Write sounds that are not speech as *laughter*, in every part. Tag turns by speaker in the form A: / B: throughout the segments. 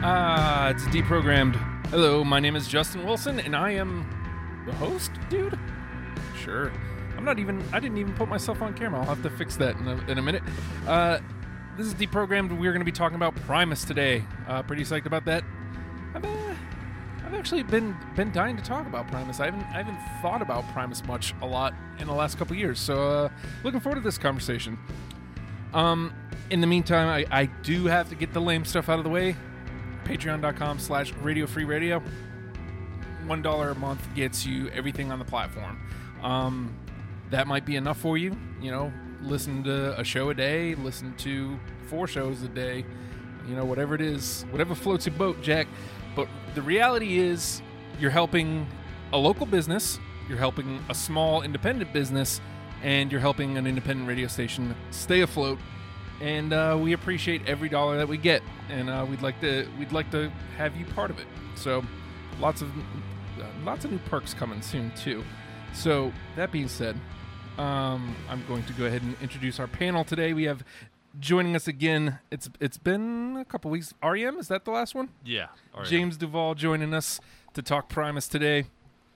A: Ah, it's deprogrammed. Hello, my name is Justin Wilson, and I am the host, dude. Sure, I'm not even. I didn't even put myself on camera. I'll have to fix that in a, in a minute. Uh, this is deprogrammed. We're going to be talking about Primus today. Uh, pretty psyched about that. I've, uh, I've actually been been dying to talk about Primus. I haven't I haven't thought about Primus much a lot in the last couple years. So uh, looking forward to this conversation. Um, in the meantime, I, I do have to get the lame stuff out of the way. Patreon.com slash radio free radio. One dollar a month gets you everything on the platform. Um, that might be enough for you. You know, listen to a show a day, listen to four shows a day, you know, whatever it is, whatever floats your boat, Jack. But the reality is, you're helping a local business, you're helping a small independent business, and you're helping an independent radio station stay afloat. And uh, we appreciate every dollar that we get, and uh, we'd like to we'd like to have you part of it. So, lots of uh, lots of new perks coming soon too. So that being said, um, I'm going to go ahead and introduce our panel today. We have joining us again. It's it's been a couple weeks. REM is that the last one?
B: Yeah. All right.
A: James Duvall joining us to talk Primus today.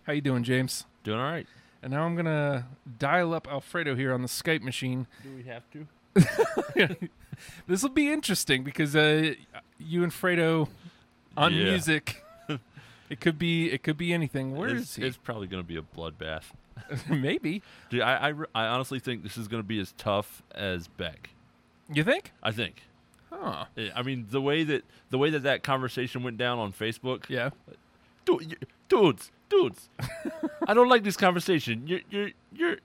A: How you doing, James?
B: Doing all right.
A: And now I'm gonna dial up Alfredo here on the Skype machine.
C: Do we have to?
A: this will be interesting because uh, you and Fredo on
B: Yeah. *laughs*
A: music. It could be it could be anything. Where
B: it's,
A: is he?
B: It's probably going to be a bloodbath.
A: *laughs* Maybe.
B: Dude, I, I, re- I honestly think this is going to be as tough as Beck.
A: You think?
B: I think.
A: Huh.
B: Eh, I mean, the way that the way that that conversation went down on Facebook.
A: Yeah.
B: Dude, you- dudes, dudes. I don't like this conversation. You're you're you're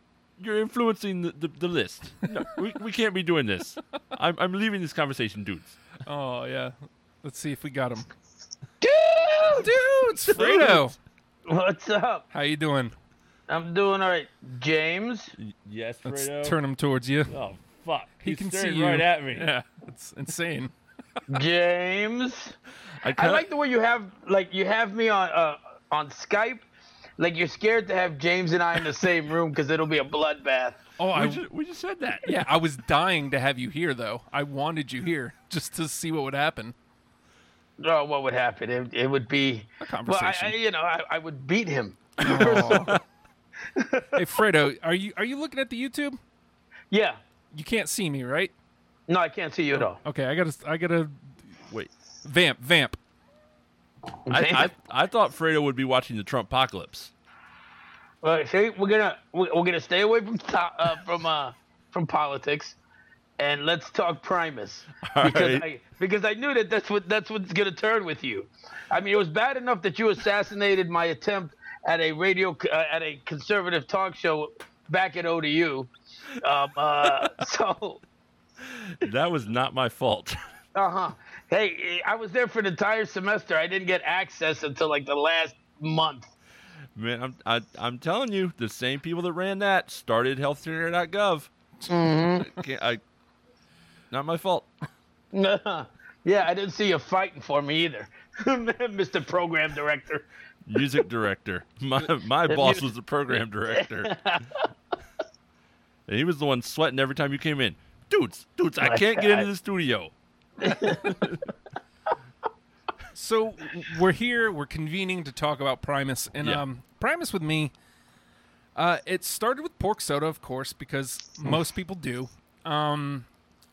B: you're influencing the, the, the list. No, we, we can't be doing this. I'm I'm leaving this conversation, dudes.
A: Oh yeah. Let's see if we got him. Dude, dudes, Fredo.
C: What's up?
A: How you doing?
C: I'm doing all right. James,
B: Y- yes,
A: Let's
B: Fredo.
A: turn him towards you.
B: Oh fuck!
A: He
B: He's
A: can
B: staring
A: see you.
B: right at me.
A: Yeah, it's insane.
C: James.
B: I,
C: I
B: kinda-
C: like the way you have like you have me on uh, on Skype. Like you're scared to have James and I in the same room because it'll be a bloodbath.
A: Oh,
B: We
A: I
B: just, we just said that.
A: yeah, I was dying to have you here though. I wanted you here just to see what would happen.
C: Oh, what would happen? It, it would be a
A: conversation.
C: Well, I, I, you know, I, I would beat him.
A: Aw. hey Fredo, are you are you looking at the YouTube?
C: Yeah.
A: You can't see me, right?
C: No, I can't see you at all.
A: Okay, I gotta I gotta
B: Wait.
A: vamp vamp.
B: I, I, I thought Fredo would be watching the Trump apocalypse.
C: Well, see, we're gonna we're, we're gonna stay away from to, uh, from uh, from politics, and let's talk Primus because
B: right.
C: I because I knew that that's what that's what's gonna turn with you. I mean, it was bad enough that you assassinated my attempt at a radio uh, at a conservative talk show back at ODU. Um, uh, *laughs* so,
B: That was not my fault. *laughs*
C: uh huh. Hey, I was there for an entire semester. I didn't get access until like the last month.
B: Man, I'm I, I'm telling you, the same people that ran that started healthcare.gov.
C: Mm-hmm.
B: I can't- I, not my fault.
C: *laughs* yeah, I didn't see you fighting for me either, *laughs* Mr. Program Director.
B: Music director. *laughs* My my boss was the program
C: *laughs*
B: director. And he was the one sweating every time you came in. Dudes, dudes, I
C: My
B: can't get into
C: God.
B: the studio.
A: So we're here, we're convening to talk about Primus, and
B: Yeah.
A: um, Primus with me. Uh, it started with pork soda, of course, because most people do. Um,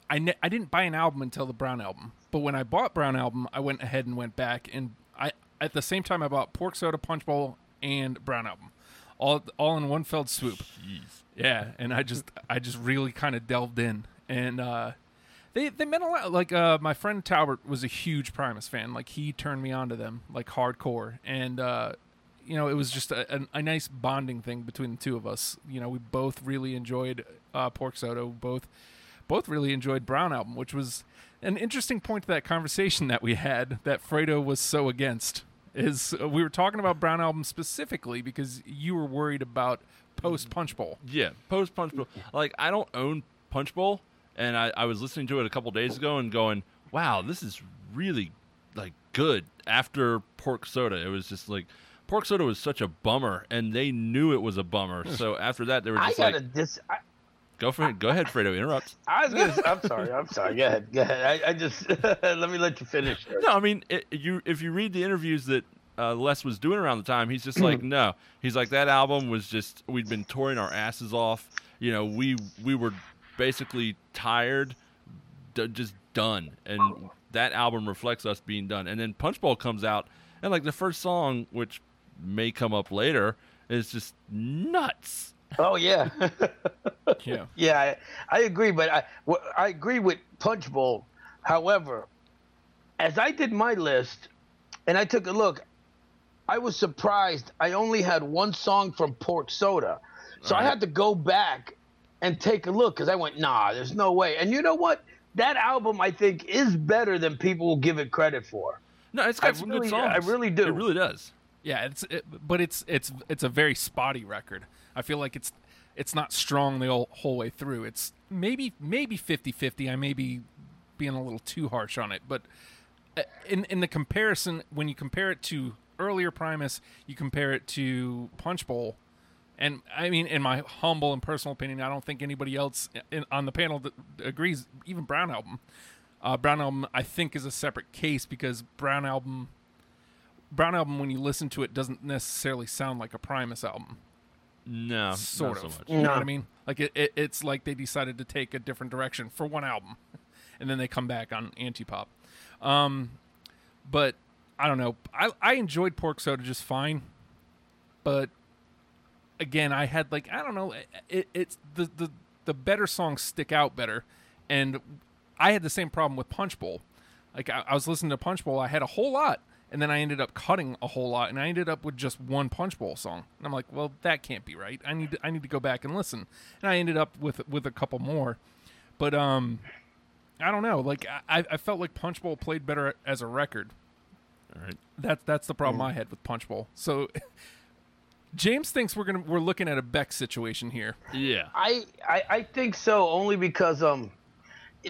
A: I ne- I didn't buy an album until the Brown album, but when I bought Brown album, I went ahead and went back, and I at the same time I bought pork soda, punch bowl, and Brown album, all all in one fell swoop.
B: Jeez.
A: Yeah, and I just I just really kind of delved in, and uh, they they meant a lot. Like uh, my friend Talbert was a huge Primus fan. Like he turned me on to them like hardcore, and uh, you know it was just a, a, a nice bonding thing between the two of us. You know we both really enjoyed uh, Pork Soda. We both both really enjoyed Brown album, which was an interesting point to that conversation that we had that Fredo was so against. Is uh, we were talking about Brown album specifically because you were worried about post Punch Bowl.
B: Yeah, post Punch Bowl. Like I don't own Punch Bowl, and I, I was listening to it a couple days ago and going, "Wow, this is really like good." After Pork Soda, it was just like Pork Soda was such a bummer, and they knew it was a bummer. So after that, they were
C: I
B: just
C: gotta
B: like,
C: dis. I,
B: Go for it. Go ahead, Fredo. Interrupt.
C: I was gonna. I'm sorry. I'm sorry. Go ahead. Go ahead. I, I just *laughs* let me let you finish.
B: No, I mean, it, you if you read the interviews that uh, Les was doing around the time, he's just
C: *clears throat*
B: like, no, he's like that album was just we'd been touring our asses off. You know, we we were basically tired, d- just done, and that album reflects us being done. And then Punchbowl comes out, and like the first song, which may come up later, is just nuts.
C: *laughs* Oh yeah, *laughs*
A: Yeah.
C: yeah. I, I agree, but I wh- I agree with Punch Bowl. However, as I did my list, and I took a look, I was surprised. I only had one song from Pork Soda, so I
B: Right.
C: had to go back and take a look because I went, nah, there's no way. And you know what? That album I think is better than people will give it credit for.
B: No, it's got
C: I
B: some
C: really-
B: good songs.
C: I really do.
B: It really does.
A: Yeah, it's it, but it's it's it's a very spotty record. I feel like it's it's not strong the whole, whole way through. It's maybe maybe 50-50. I may be being a little too harsh on it, but uh, in in the comparison when you compare it to earlier Primus, you compare it to Punch Bowl, and I mean in my humble and personal opinion, I don't think anybody else in, on the panel that agrees, even Brown Album. Uh, Brown Album I think is a separate case because Brown Album Brown album, when you listen to it, doesn't necessarily sound like a Primus album.
B: No,
A: Sort
B: not
A: of.
B: so much.
A: You know what I
C: No.
A: mean? Like it, it, it's like they decided to take a different direction for one album, *laughs* and then they come back on anti pop. Um, but I don't know. I I enjoyed Pork Soda just fine, but again, I had like I don't know. It, it's the the the better songs stick out better, and I had the same problem with Punch Bowl. Like I, I was listening to Punch Bowl, I had a whole lot, and then I ended up cutting a whole lot, and I ended up with just one Punch Bowl song. And I'm like, well, that can't be right. I need to, I need to go back and listen. And I ended up with with a couple more, but um, I don't know. Like I I- I felt like Punch Bowl played better as a record.
B: All right.
A: That's that's the problem I had with Punch Bowl. So James thinks we're gonna we're looking at a Beck situation here.
B: Yeah.
C: I, I I think so only because um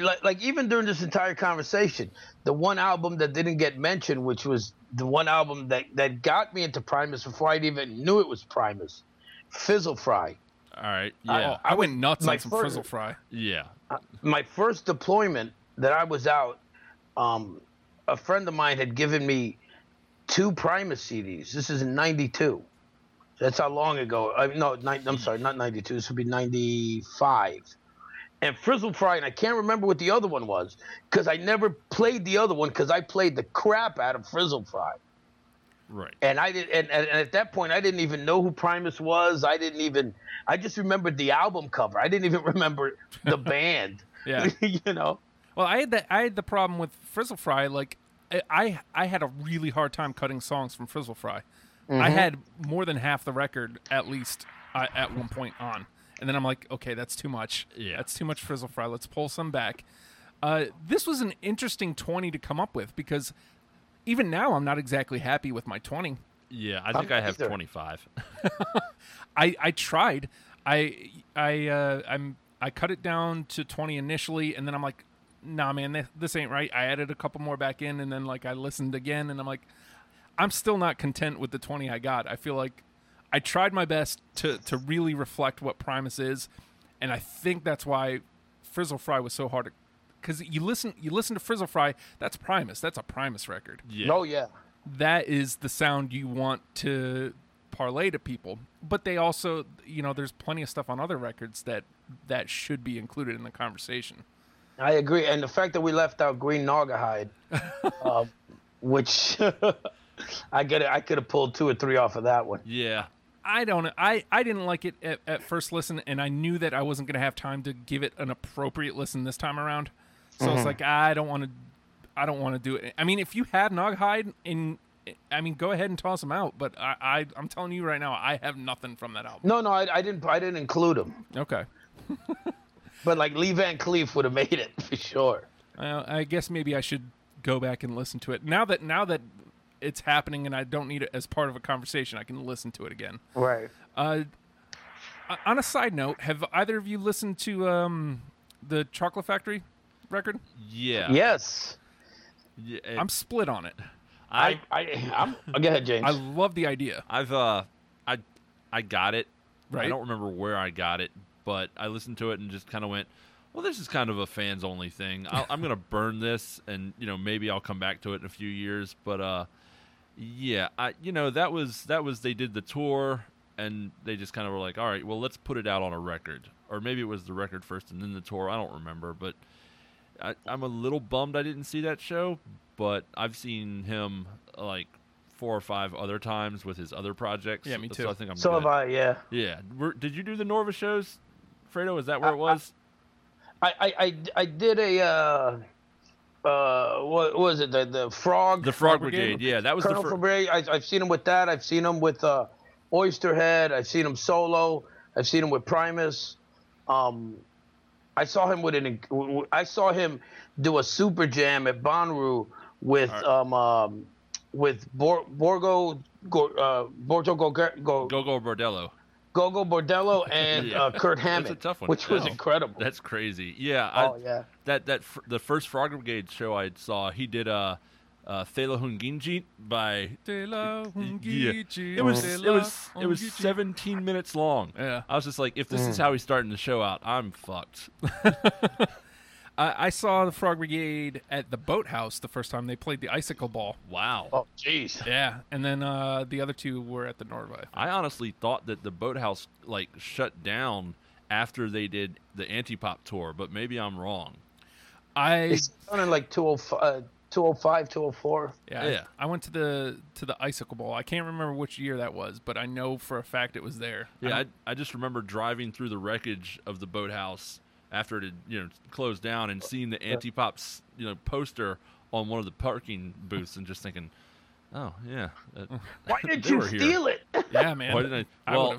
C: like, like even during this entire conversation the one album that didn't get mentioned which was the one album that that got me into Primus before I even knew it was Primus Fizzle Fry
B: All right. Yeah.
A: Oh, I went nuts
C: my
A: on some
C: first-
A: frizzle fry.
B: yeah.
C: my first deployment that I was out um a friend of mine had given me two Primus CDs this is in 92 that's how long ago I no ni- I'm sorry not 92 this would be 95 and Frizzle Fry, and I can't remember what the other one was because I never played the other one because I played the crap out of Frizzle Fry,
B: Right.
C: and I did, and, and, and at that point I didn't even know who Primus was. I didn't even, I just remembered the album cover. I didn't even *laughs* remember the band.
A: Yeah.
C: *laughs* you know.
A: Well, I had that. I had the problem with Frizzle Fry. Like, I- I I had a really hard time cutting songs from Frizzle Fry. I had more than half the record at least uh, at one point on, and then I'm like, okay, that's too much.
B: Yeah.
A: that's too much Frizzle Fry. Let's pull some back. Uh, this was an interesting twenty to come up with because even now I'm not exactly happy with my twenty.
B: Yeah. I think
C: not
B: I have
C: either.
B: 25.
A: I I tried. I I uh, I'm I cut it down to 20 initially, and then I'm like, nah, man, this, this ain't right. I added a couple more back in, and then like I listened again, and I'm like, I'm still not content with the 20 I got. I feel like I tried my best to to really reflect what Primus is, and I think that's why Frizzle Fry was so hard. Because you listen, you listen to Frizzle Fry. That's Primus. That's a Primus record
B: Yeah.
C: Oh yeah.
A: that is the sound you want to parlay to people but they also you know there's plenty of stuff on other records that that should be included in the conversation
C: I agree, and the fact that we left out Green Naugahyde, uh, which *laughs* I get, I could have pulled two or three off of that one.
B: Yeah.
A: i don't i i didn't like it at, at first listen and i knew that i wasn't going to have time to give it an appropriate listen this time around so it's like "Ah, i don't want to i don't want to do it i mean if you had noghide in i mean go ahead and toss them out but i, I i'm telling you right now i have nothing from that album
C: No, no, I, I didn't, I didn't include him.
A: okay
C: But like Lee Van Cleef would have made it *laughs* for sure.
A: Uh, I guess maybe I should go back and listen to it now that now that it's happening and I don't need it as part of a conversation. I can listen to it again.
C: Right.
A: Uh, o- on a side note, have either of you listened to um, the Chocolate Factory record?
B: Yeah.
C: Yes.
B: Yeah,
A: I'm split on it.
B: I
C: I, I, I'm. oh, Go ahead, James.
A: I love the idea.
B: I've uh I I got it.
A: Right.
B: I don't remember where I got it, but I listened to it and just kind of went, well, this is kind of a fans only thing. I'll, I'm gonna burn this, and you know maybe I'll come back to it in a few years. But uh, yeah, I you know that was that was they did the tour and they just kind of were like, all right, well let's put it out on a record, or maybe it was the record first and then the tour. I don't remember, but I, I'm a little bummed I didn't see that show. But I've seen him like four or five other times with his other projects.
A: Yeah, me
B: So
A: too.
B: I think I'm
C: So
B: good.
C: have I. Yeah.
B: Yeah. Were, did you do the Norva shows, Fredo? Is that where it was?
C: I I, I, I did a uh, uh, what was it? The the frog.
B: the Frog
A: Brigade?
B: Brigade. Yeah, that was
C: Colonel
B: the fir-
C: Fabre. I, I've seen him with that. I've seen him with uh, Oysterhead. I've seen him solo. I've seen him with Primus. Um, I saw him with an. I saw him do a super jam at Bonnaroo with um, um with Bor- Borgo Go, uh, Borgo Go, Go, Go,
B: Gogo Bordello.
C: Gogo Bordello and
B: *laughs* Yeah.
C: uh, Kurt Hammett,
B: That's a tough one.
C: which was
B: That's-
C: incredible.
B: That's crazy. Yeah.
C: oh
B: I,
C: yeah.
B: That that fr- the first Frog Brigade show I saw, he did uh, uh Thela Hunginji by.
A: Tela
B: Yeah.
A: Hungichi,
B: It was it
A: Tela
B: was it was
A: Hungichi.
B: 17 minutes long.
A: Yeah.
B: I was just like, if this is
C: Mm.
B: how he's starting the show out, I'm fucked.
A: I, I saw the Frog Brigade at the Boathouse the first time they played the Icicle Ball.
B: Wow.
C: Oh jeez.
A: Yeah, and then uh, the other two were at the Norva.
B: I honestly thought that the Boathouse like shut down after they did the Antipop tour, but maybe I'm wrong.
A: I
C: It's sounding like 205, uh, 205, 204.
A: yeah,
B: Yeah.
A: I, I went to the to the Icicle Ball. I can't remember which year that was, but I know for a fact it was there.
B: Yeah,
A: I,
B: I, I just remember driving through the wreckage of the boathouse after it had, you know, closed down and seeing the anti-pops, you know, poster on one of the parking booths and just thinking, oh, yeah. uh,
C: *laughs* Why
B: they
C: did you
B: were here."
C: steal it?
A: *laughs* yeah man.
B: Why didn't I? Well,
A: would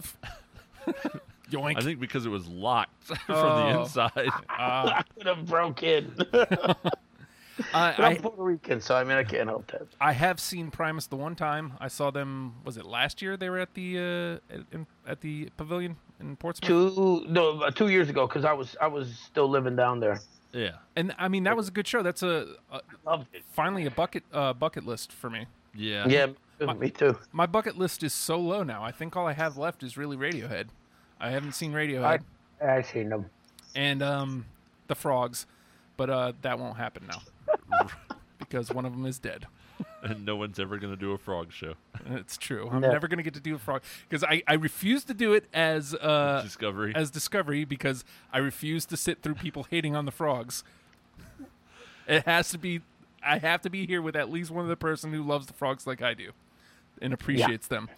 A: have. *laughs* Yoink.
B: I think because it was locked *laughs* from the
A: Oh.
B: inside. *laughs*
A: Uh,
C: *laughs* I could have broke in. I'm
A: I,
C: Puerto Rican, so I mean I can't help that.
A: I I have seen Primus the one time. I saw them. Was it last year? They were at the uh, at, in, at the pavilion in Portsmouth.
C: Two no, uh, two years ago, because I was I was still living down there.
B: yeah.
A: And I mean that was a good show. That's a, a
C: Loved it.
A: finally a bucket uh, bucket list for me.
B: Yeah.
C: Yeah, me too, me too.
A: My bucket list is so low now. I think all I have left is really Radiohead. I haven't seen Radiohead
C: I I seen them.
A: and um, the Frogs, but uh, that won't happen now because one of them is dead.
B: And no one's ever going to do a frog show.
A: It's true. I'm
C: No.
A: never gonna get to do a frog because I, I refuse to do it as uh,
B: Discovery.
A: as Discovery because I refuse to sit through people hating on the frogs. It has to be. I have to be here with at least one of the person who loves the frogs like I do, and appreciates them.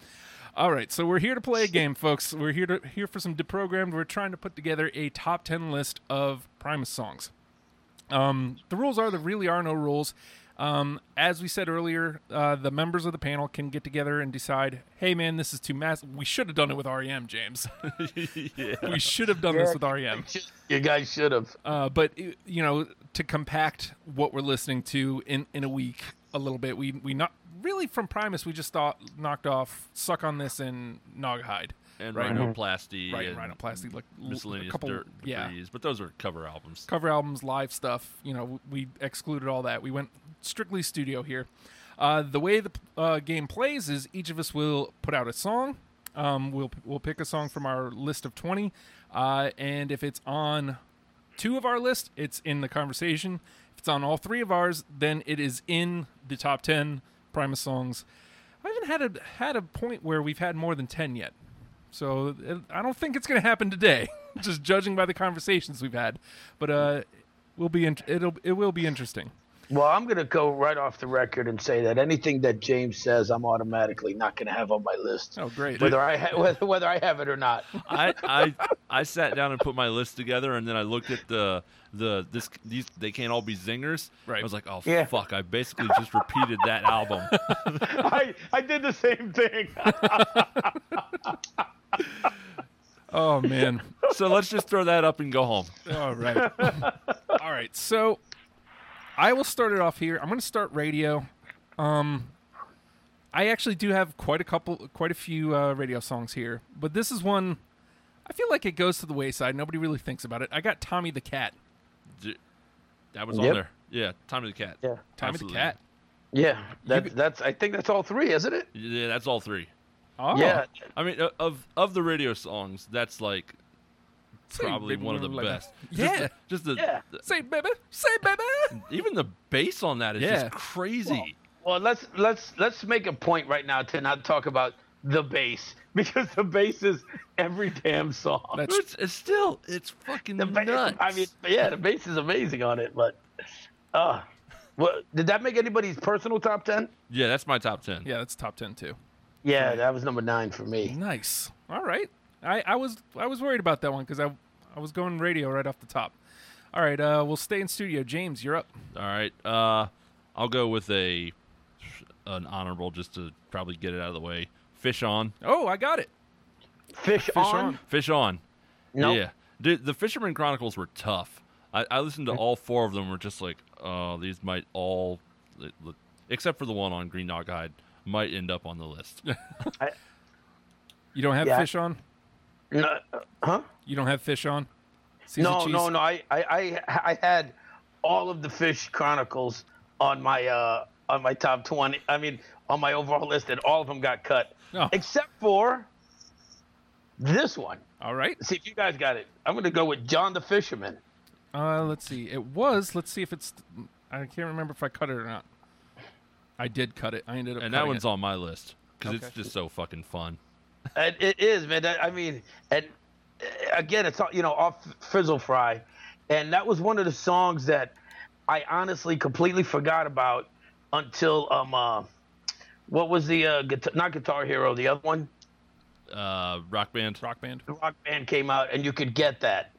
A: All right, so we're here to play a game, folks. We're here to here for some deprogrammed. We're trying to put together a top ten list of Primus songs. Um, the rules are there really are no rules. Um, as we said earlier, uh, the members of the panel can get together and decide, hey man, this is too mass. We should have done it with REM, James. *laughs* We should have done this with E REM.
C: You guys should have.
A: Uh, but i- you know, to compact what we're listening to in in a week a little bit, we we not really from Primus. We just thought knocked off suck on this and Noghide.
B: and
A: right.
B: rhinoplasty.
A: Right,
B: and
A: rhinoplasty, like l-
B: Miscellaneous
A: a couple,
B: dirt
A: yeah,
B: degrees. But those are cover albums.
A: cover albums, live stuff. You know, w- we excluded all that. We went strictly studio here. Uh, the way the uh, game plays is each of us will put out a song. Um, we'll we'll pick a song from our list of twenty, uh, and if it's on two of our list, it's in the conversation. If it's on all three of ours, then it is in the top ten Primus songs. I haven't had a had a point where we've had more than ten yet, so uh, I don't think it's going to happen today. *laughs* just judging by the conversations we've had, but uh, we'll be in, it'll it will be interesting.
C: Well, I'm gonna go right off the record and say that anything that James says, I'm automatically not gonna have on my list,
A: Oh, great!
C: whether I ha- *laughs* whether, whether I have it or not.
B: I, I I sat down and put my list together, and then I looked at the the this these they can't all be zingers.
A: Right.
B: I was like, oh
C: Yeah.
B: fuck! I basically just repeated that album.
C: *laughs* I I did the same thing.
A: Oh man!
B: so let's just throw that up and go home.
A: *laughs* All right. *laughs* All right. So I will start it off here. I'm going to start radio. Um, I actually do have quite a couple, quite a few uh, radio songs here, but this is one I feel like it goes to the wayside. Nobody really thinks about it. I got Tommy the Cat.
B: D- That was on
C: Yep.
B: there. Yeah, Tommy the Cat.
C: yeah,
A: Tommy
B: Absolutely.
A: the Cat.
C: yeah. That,
A: could-
C: that's I think that's all three, isn't it?
B: Yeah, that's all three.
A: Oh,
C: Yeah,
B: I mean, o- of of the radio songs, that's like
A: Say,
B: probably
A: baby,
B: one of the
A: whatever, like
B: best.
A: that. Yeah.
B: just the, just the-
C: Yeah.
B: the-
A: say baby, say baby.
B: even the bass on that is
A: Yeah.
B: just crazy.
C: Well, let's let's let's make a point right now to not talk about the bass *laughs* because the bass is every damn song.
A: That's-
B: It's, it's still it's fucking
C: the ba-
B: nuts.
C: I mean, yeah, the bass is amazing on it, but uh well, did that make anybody's personal top ten?
B: yeah, that's my top ten.
A: Yeah, that's top ten too.
C: Yeah, that was number nine for me.
A: Nice. All right. I, I was I was worried about that one because I I was going radio right off the top. All right. Uh, we'll stay in studio. James, you're up.
B: All right. Uh, I'll go with a an honorable just to probably get it out of the way. Fish on.
A: Oh, I got it.
C: Fish, on?
A: on.
B: Fish on.
C: Nope.
B: Yeah. Dude, the Fisherman Chronicles were tough. I, I listened to all four of them. Were just like, oh, these might all, li- li- except for the one on Green Dog Hide, might end up on the list.
A: You don't have
C: Yeah.
A: fish on.
C: No, uh, huh?
A: You don't have fish on. Caesar
C: No,
A: cheese?
C: no, no. I, I, I, I had all of the Fish Chronicles on my uh, on my top twenty. I mean, on my overall list, and all of them got cut
A: Oh.
C: except for this one.
A: All right.
C: See if you guys got it. I'm going to go with John the Fisherman.
A: Uh, let's see. It was. Let's see if it's. I can't remember if I cut it or not. I did cut it. I ended up.
B: and that
A: cutting
B: one's
A: it.
B: on my list because it's
A: Okay.
B: just so fucking fun.
C: And it is, man. That- I mean, and uh, again, it's all you know off Frizzle Fry, and that was one of the songs that I honestly completely forgot about until um, uh, what was the uh, guitar, not Guitar Hero, the other one,
B: Uh, rock band.
A: rock band.
C: the Rock Band came out, and you could get that,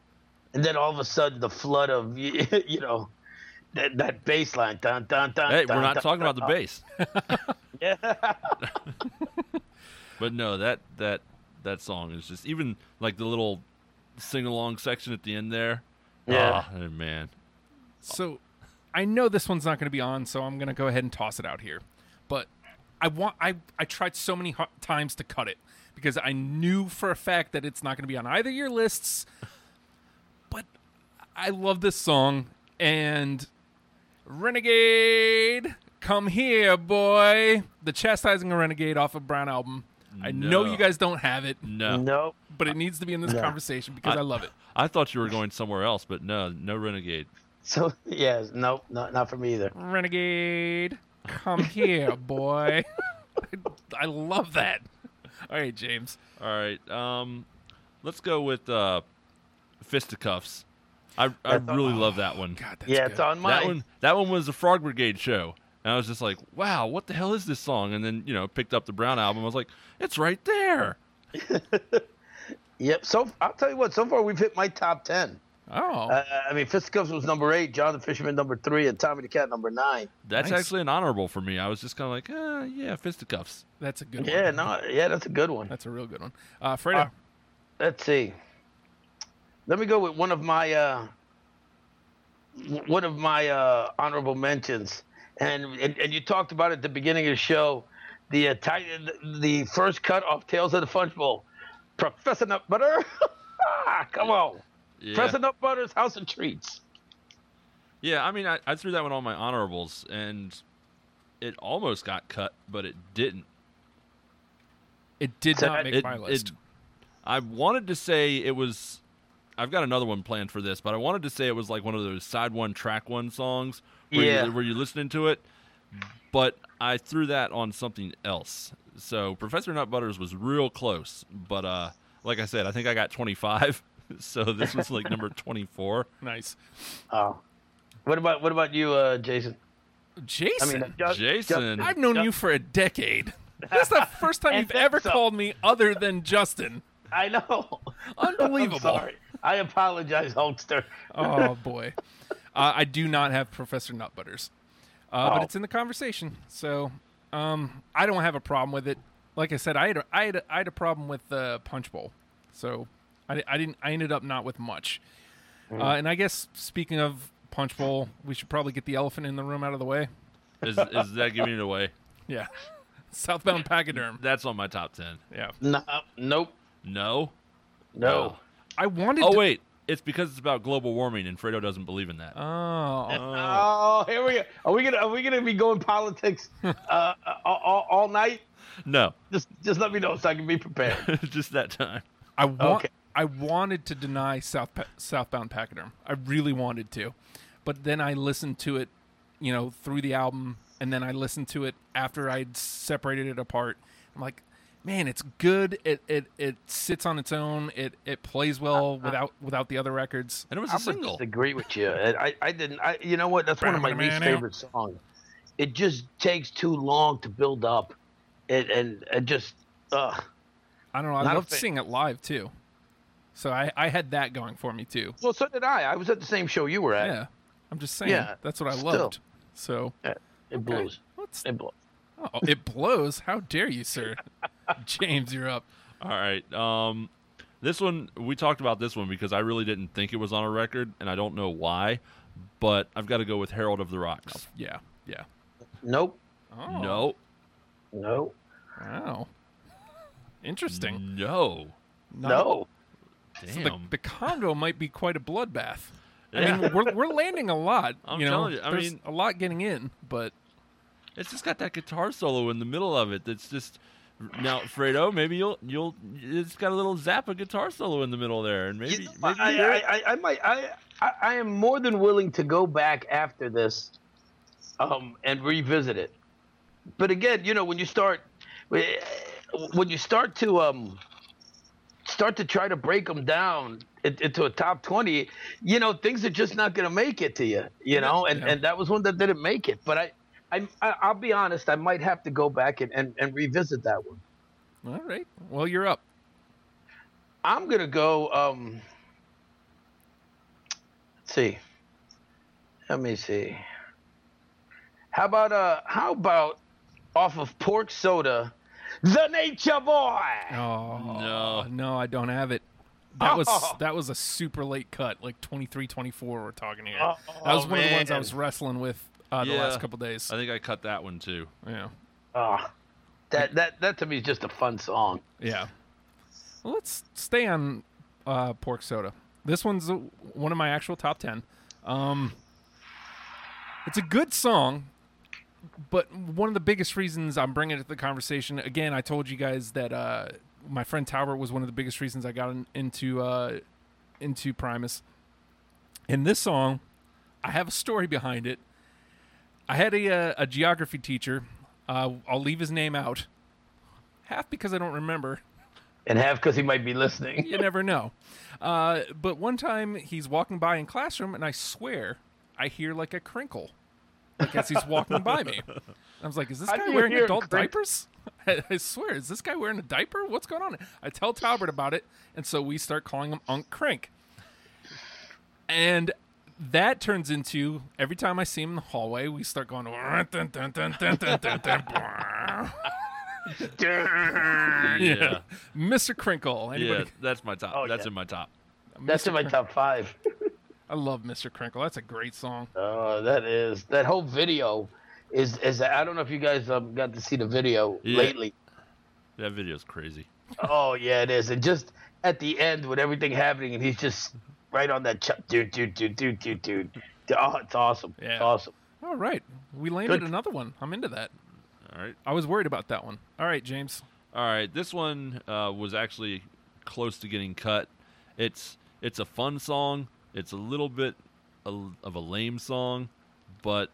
C: and then all of a sudden the flood of *laughs* you, know. That, that bass line, dun, dun, dun,
B: Hey,
C: dun,
B: we're not
C: dun,
B: talking
C: dun,
B: about the bass.
C: *laughs* Yeah.
B: *laughs* But no, that that that song is just even like the little sing along section at the end there.
C: Yeah.
B: Ah, man.
A: So I know this one's not going to be on, so I'm going to go ahead and toss it out here. But I want I I tried so many ho- times to cut it because I knew for a fact that it's not going to be on either of your lists. But I love this song and Renegade, come here, boy. The chastising a renegade off of Brown album. I know
B: No.
A: you guys don't have it,
B: No.
C: no,
A: but it needs to be in this conversation because I, love it.
B: I thought you were going somewhere else, but no, no renegade.
C: so *laughs* yes, no, not not from either.
A: Renegade, come here, boy. I love that. All right, James.
B: All right. Um, let's go with uh, fisticuffs. I I
C: That's-
B: really love that one.
A: God, that's
C: yeah,
A: good.
C: it's on mine.
B: That one that one was a Frog Brigade show, and I was just like, wow, what the hell is this song? And then you know picked up the Brown album. I was like, it's right there.
C: Yep. So I'll tell you what. So far, we've hit my top ten.
A: Oh,
C: Uh, I mean, Fisticuffs was number eight, John the Fisherman number three, and Tommy the Cat number nine.
B: That's
A: Nice.
B: actually an honorable for me. I was just kind of like, eh, yeah, fisticuffs.
A: that's a good one.
C: Yeah, no, yeah, that's a good one.
A: That's a real good one. Uh, Fredo,
C: Uh, Let's see. Let me go with one of my uh, w- one of my uh, honorable mentions, and, and and you talked about it at the beginning of the show, the uh, ti- the- the first cut off Tales of the Fudge Bowl, Professor Nut Butter. *laughs* Ah, Come on,
B: Yeah.
C: Professor Nut Butter's House of Treats.
B: Yeah, I mean, I, I threw that one on my honorables, and it almost got cut, but it didn't.
A: it did
C: so
A: not
C: that-
A: make
B: It-
A: my list.
B: it- I wanted to say it was. I've got another one planned for this, but I wanted to say it was like one of those side one track one songs where,
C: Yeah.
B: you, where you listening to it, but I threw that on something else. So Professor Nut Butters was real close, but uh, like I said, I think I got 25, *laughs* so this was like number 24.
A: nice.
C: Oh, what about what about you, uh, Jason? I
A: Jason,
C: mean, uh, Ju-
B: Jason.
A: *laughs*
C: Ju-
A: I've known you for a
C: *laughs*
A: decade. That's the first time
C: And uh,
A: you've ever
C: so-
A: called me other than Justin.
C: I know.
A: Unbelievable.
C: *laughs* I'm sorry. I apologize, Hulkster.
A: Oh boy, uh, I do not have Professor Nutbutters, uh, but
C: Oh.
A: it's in the conversation, so um, I don't have a problem with it. Like I said, I had a, I had a, I had a problem with the uh, punch bowl, so I, di- I didn't I ended up not with much.
B: Mm.
A: Uh, and I guess speaking of punch bowl, we should probably get the elephant in the room out of the way.
B: Is, is that giving it away?
A: Yeah, *laughs* southbound pachyderm.
B: That's on my top 10.
A: Yeah,
C: No, nope,
B: No.
C: no.
A: I wanted.
B: Oh
A: to-
B: wait, it's because it's about global warming, and Fredo doesn't believe in that.
A: Oh,
C: Oh, here we go. Are we gonna are we gonna be going politics uh, all, all night?
B: no, *laughs*
C: Just just let me know so I can be prepared.
B: just that time.
A: I want.
C: Okay.
A: I wanted to deny South Southbound Pachyderm. I really wanted to, but then I listened to it, you know, through the album, and then I listened to it after I'd separated it apart. I'm like, man, it's good. It it, it sits on its own. It it plays well
C: Uh-huh.
A: without without the other records.
B: And it was a
C: I would
B: single.
C: disagree with you. I, I didn't. I, you know what? That's one of my least favorite songs. It just takes too long to build up, it, and and just uh,
A: I don't know. I
C: Not a
A: loved
C: fan.
A: seeing it live too, so I I had that going for me too.
C: well, so did I. I was at the same show you were at.
A: Yeah, I'm just saying.
C: Yeah,
A: that's what I
C: still.
A: loved. So
C: It blows.
A: what's
C: It blows.
A: oh, it blows? How dare you, sir? James, you're up.
B: All right. Um, this one we talked about this one because I really didn't think it was on a record, and I don't know why, but I've got to go with Herald of the Rocks.
A: Yeah, yeah.
C: Nope.
A: Oh,
B: No,
C: No.
A: Wow. Interesting.
B: no,
A: Not-
C: No.
B: damn.
A: The, the condo might be quite a bloodbath. I
B: Yeah.
A: mean, we're, we're landing a lot.
B: I'm
A: you know,
B: telling you, I
A: there's
B: mean-
A: a lot getting in, but
B: It's just got that guitar solo in the middle of it. That's just now, Fredo. Maybe you'll you'll. It's got a little Zappa guitar solo in the middle there, and maybe,
C: You know,
B: maybe
C: I,
B: you're-
C: I, I, I might. I, I I am more than willing to go back after this, um, and revisit it. But again, you know, when you start, eh, when you start to um, start to try to break them down in- into a top twenty, you know, things are just not going to make it to you. You know, and
A: Yeah.
C: and that was one that didn't make it. But I. I, I- I'll be honest. I might have to go back and, and, and revisit that one.
A: all right. Well, you're up.
C: I'm gonna go. Um, let's see. Let me see. How about uh? How about off of pork soda, the Nature Boy?
A: Oh
B: No.
A: no, I don't have it. That
B: *laughs*
A: was
C: Oh.
A: that was a super late cut, like 23, 24 We're talking here.
C: Oh,
A: that was one of the ones I
C: man.
A: was wrestling with uh, the
B: Yeah.
A: last couple days.
B: I think I cut that one too.
A: Yeah,
C: Ah, that that that to me is just a fun song.
A: yeah. Well, let's stay on uh, pork soda. This one's uh, one of my actual top ten. Um, it's a good song, but one of the biggest reasons I'm bringing it to the conversation again, I told you guys that uh, my friend Tower was one of the biggest reasons I got in, into uh, into Primus. In this song, I have a story behind it. I had a uh, a geography teacher. Uh, I'll leave his name out, half because I don't remember
C: And half because he might be
A: *laughs*
C: listening.
A: you never know. Uh, but one time he's walking by in classroom, and I swear I hear like a crinkle, like as he's walking by me. I was like, "Is this
C: How
A: guy
C: do you
A: wearing
C: hear a
A: adult
C: crink-
A: diapers?" *laughs* I, I swear, is this guy wearing a diaper? What's going on? I tell Talbert about it, and so we start calling him Unc Crink. And that turns into every time I see him in the hallway, we start going. "Dun, dun, dun, dun, dun, dun, *laughs* dun."
B: Yeah,
A: Mr. Crinkle.
B: yeah.
A: Anybody?
B: that's my top.
C: Oh,
B: that's
C: yeah.
B: in my top.
C: That's in my top five.
A: I love Mr. Crinkle. That's a great song.
C: Oh, that is that whole video is is. I don't know if you guys um, got to see the video
B: Yeah.
C: lately.
B: That video's crazy.
C: Oh yeah, it is. And just at the end with everything happening, and he's just right on that chop, dude, dude, dude, dude, dude, dude. Oh, it's awesome.
A: Yeah.
C: It's awesome.
A: All right. We landed
C: Good.
A: another one. I'm into that.
B: All right.
A: I was worried about that one. All right, James.
B: All right, this one uh, was actually close to getting cut. It's it's a fun song. It's a little bit a- of a lame song, but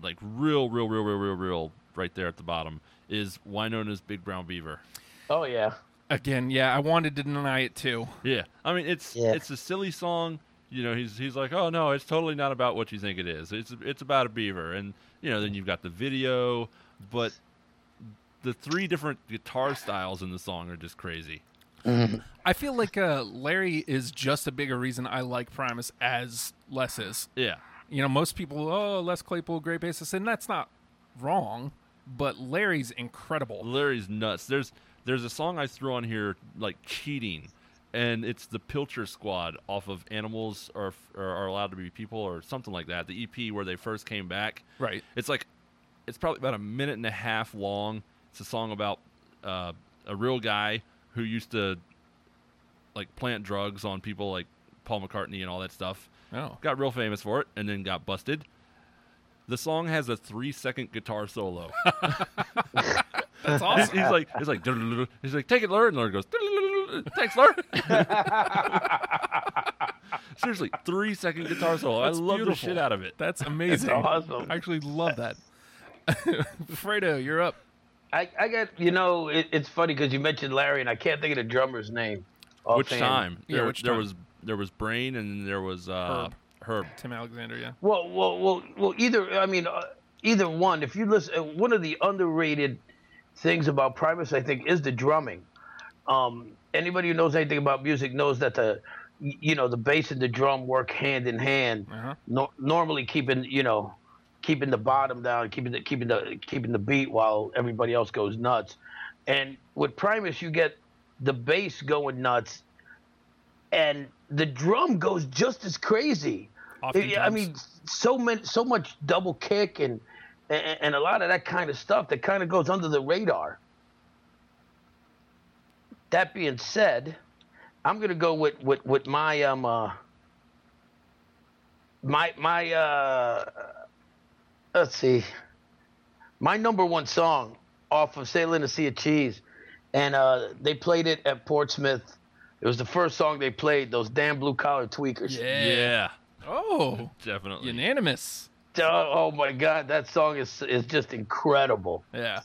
B: like real, real, real, real, real, real, right there at the bottom is Winona's Big Brown Beaver.
C: Oh yeah.
A: Again, yeah, I wanted to deny it too.
B: Yeah, I mean it's
C: Yeah.
B: it's a silly song. You know, he's he's like, oh no, it's totally not about what you think it is. It's it's about a beaver, and you know, then you've got the video, but the three different guitar styles in the song are just crazy.
A: I feel like uh, Larry is just a bigger reason I like Primus as Les is.
B: Yeah.
A: You know, most people, oh, Les Claypool, great bassist, and that's not wrong, but Larry's incredible.
B: Larry's nuts. There's there's a song I threw on here like cheating, and it's the Pilcher Squad off of Animals Are Are Allowed to Be People or something like that. The EP where they first came back.
A: Right.
B: It's like it's probably about a minute and a half long. It's a song about uh, a real guy who used to like plant drugs on people like Paul McCartney and all that stuff.
A: Oh.
B: Got real famous for it and then got busted. The song has a three second guitar solo.
A: That's
B: He's,
A: awesome. *laughs*
B: *laughs* he's like, he's like, "Dun-dun-dun-dun." he's like, take it, Lord. And Lord goes, "Dun-dun-dun-dun," Thanks, Lur. *laughs* Seriously, three second guitar solo.
A: That's
B: I love
A: beautiful.
B: the shit out of it.
A: That's amazing.
C: awesome.
A: I actually love that. *laughs* Fredo, you're up.
C: I, I got you know it, it's funny because you mentioned Larry and I can't think of the drummer's name.
B: Which
C: offhand.
B: time?
A: Yeah,
B: There,
A: which
B: there
A: time?
B: was there was Brain and there was uh, Herb.
A: Tim Alexander, yeah.
C: Well, well, well, well. Either I mean, uh, either one. If you listen, uh, one of the underrated things about Primus, I think, is the drumming. Um, anybody who knows anything about music knows that the, y- you know, the bass and the drum work hand in hand.
A: Uh-huh.
C: No, normally keeping, you know, keeping the bottom down, keeping the keeping the keeping the beat while everybody else goes nuts. And with Primus, you get the bass going nuts, and the drum goes just as crazy.
A: Oftentimes.
C: Yeah, I mean, so many, so much double kick and, and and a lot of that kind of stuff that kind of goes under the radar. That being said, I'm gonna go with with with my um uh, my my uh let's see, my number one song off of Sailing to Sea of Cheese, and uh they played it at Portsmouth. It was the first song they played. Those damn blue collar tweakers.
A: yeah.
B: Yeah,
A: Oh,
B: definitely.
A: unanimous.
C: Oh, oh my God, that song is is just incredible.
A: Yeah.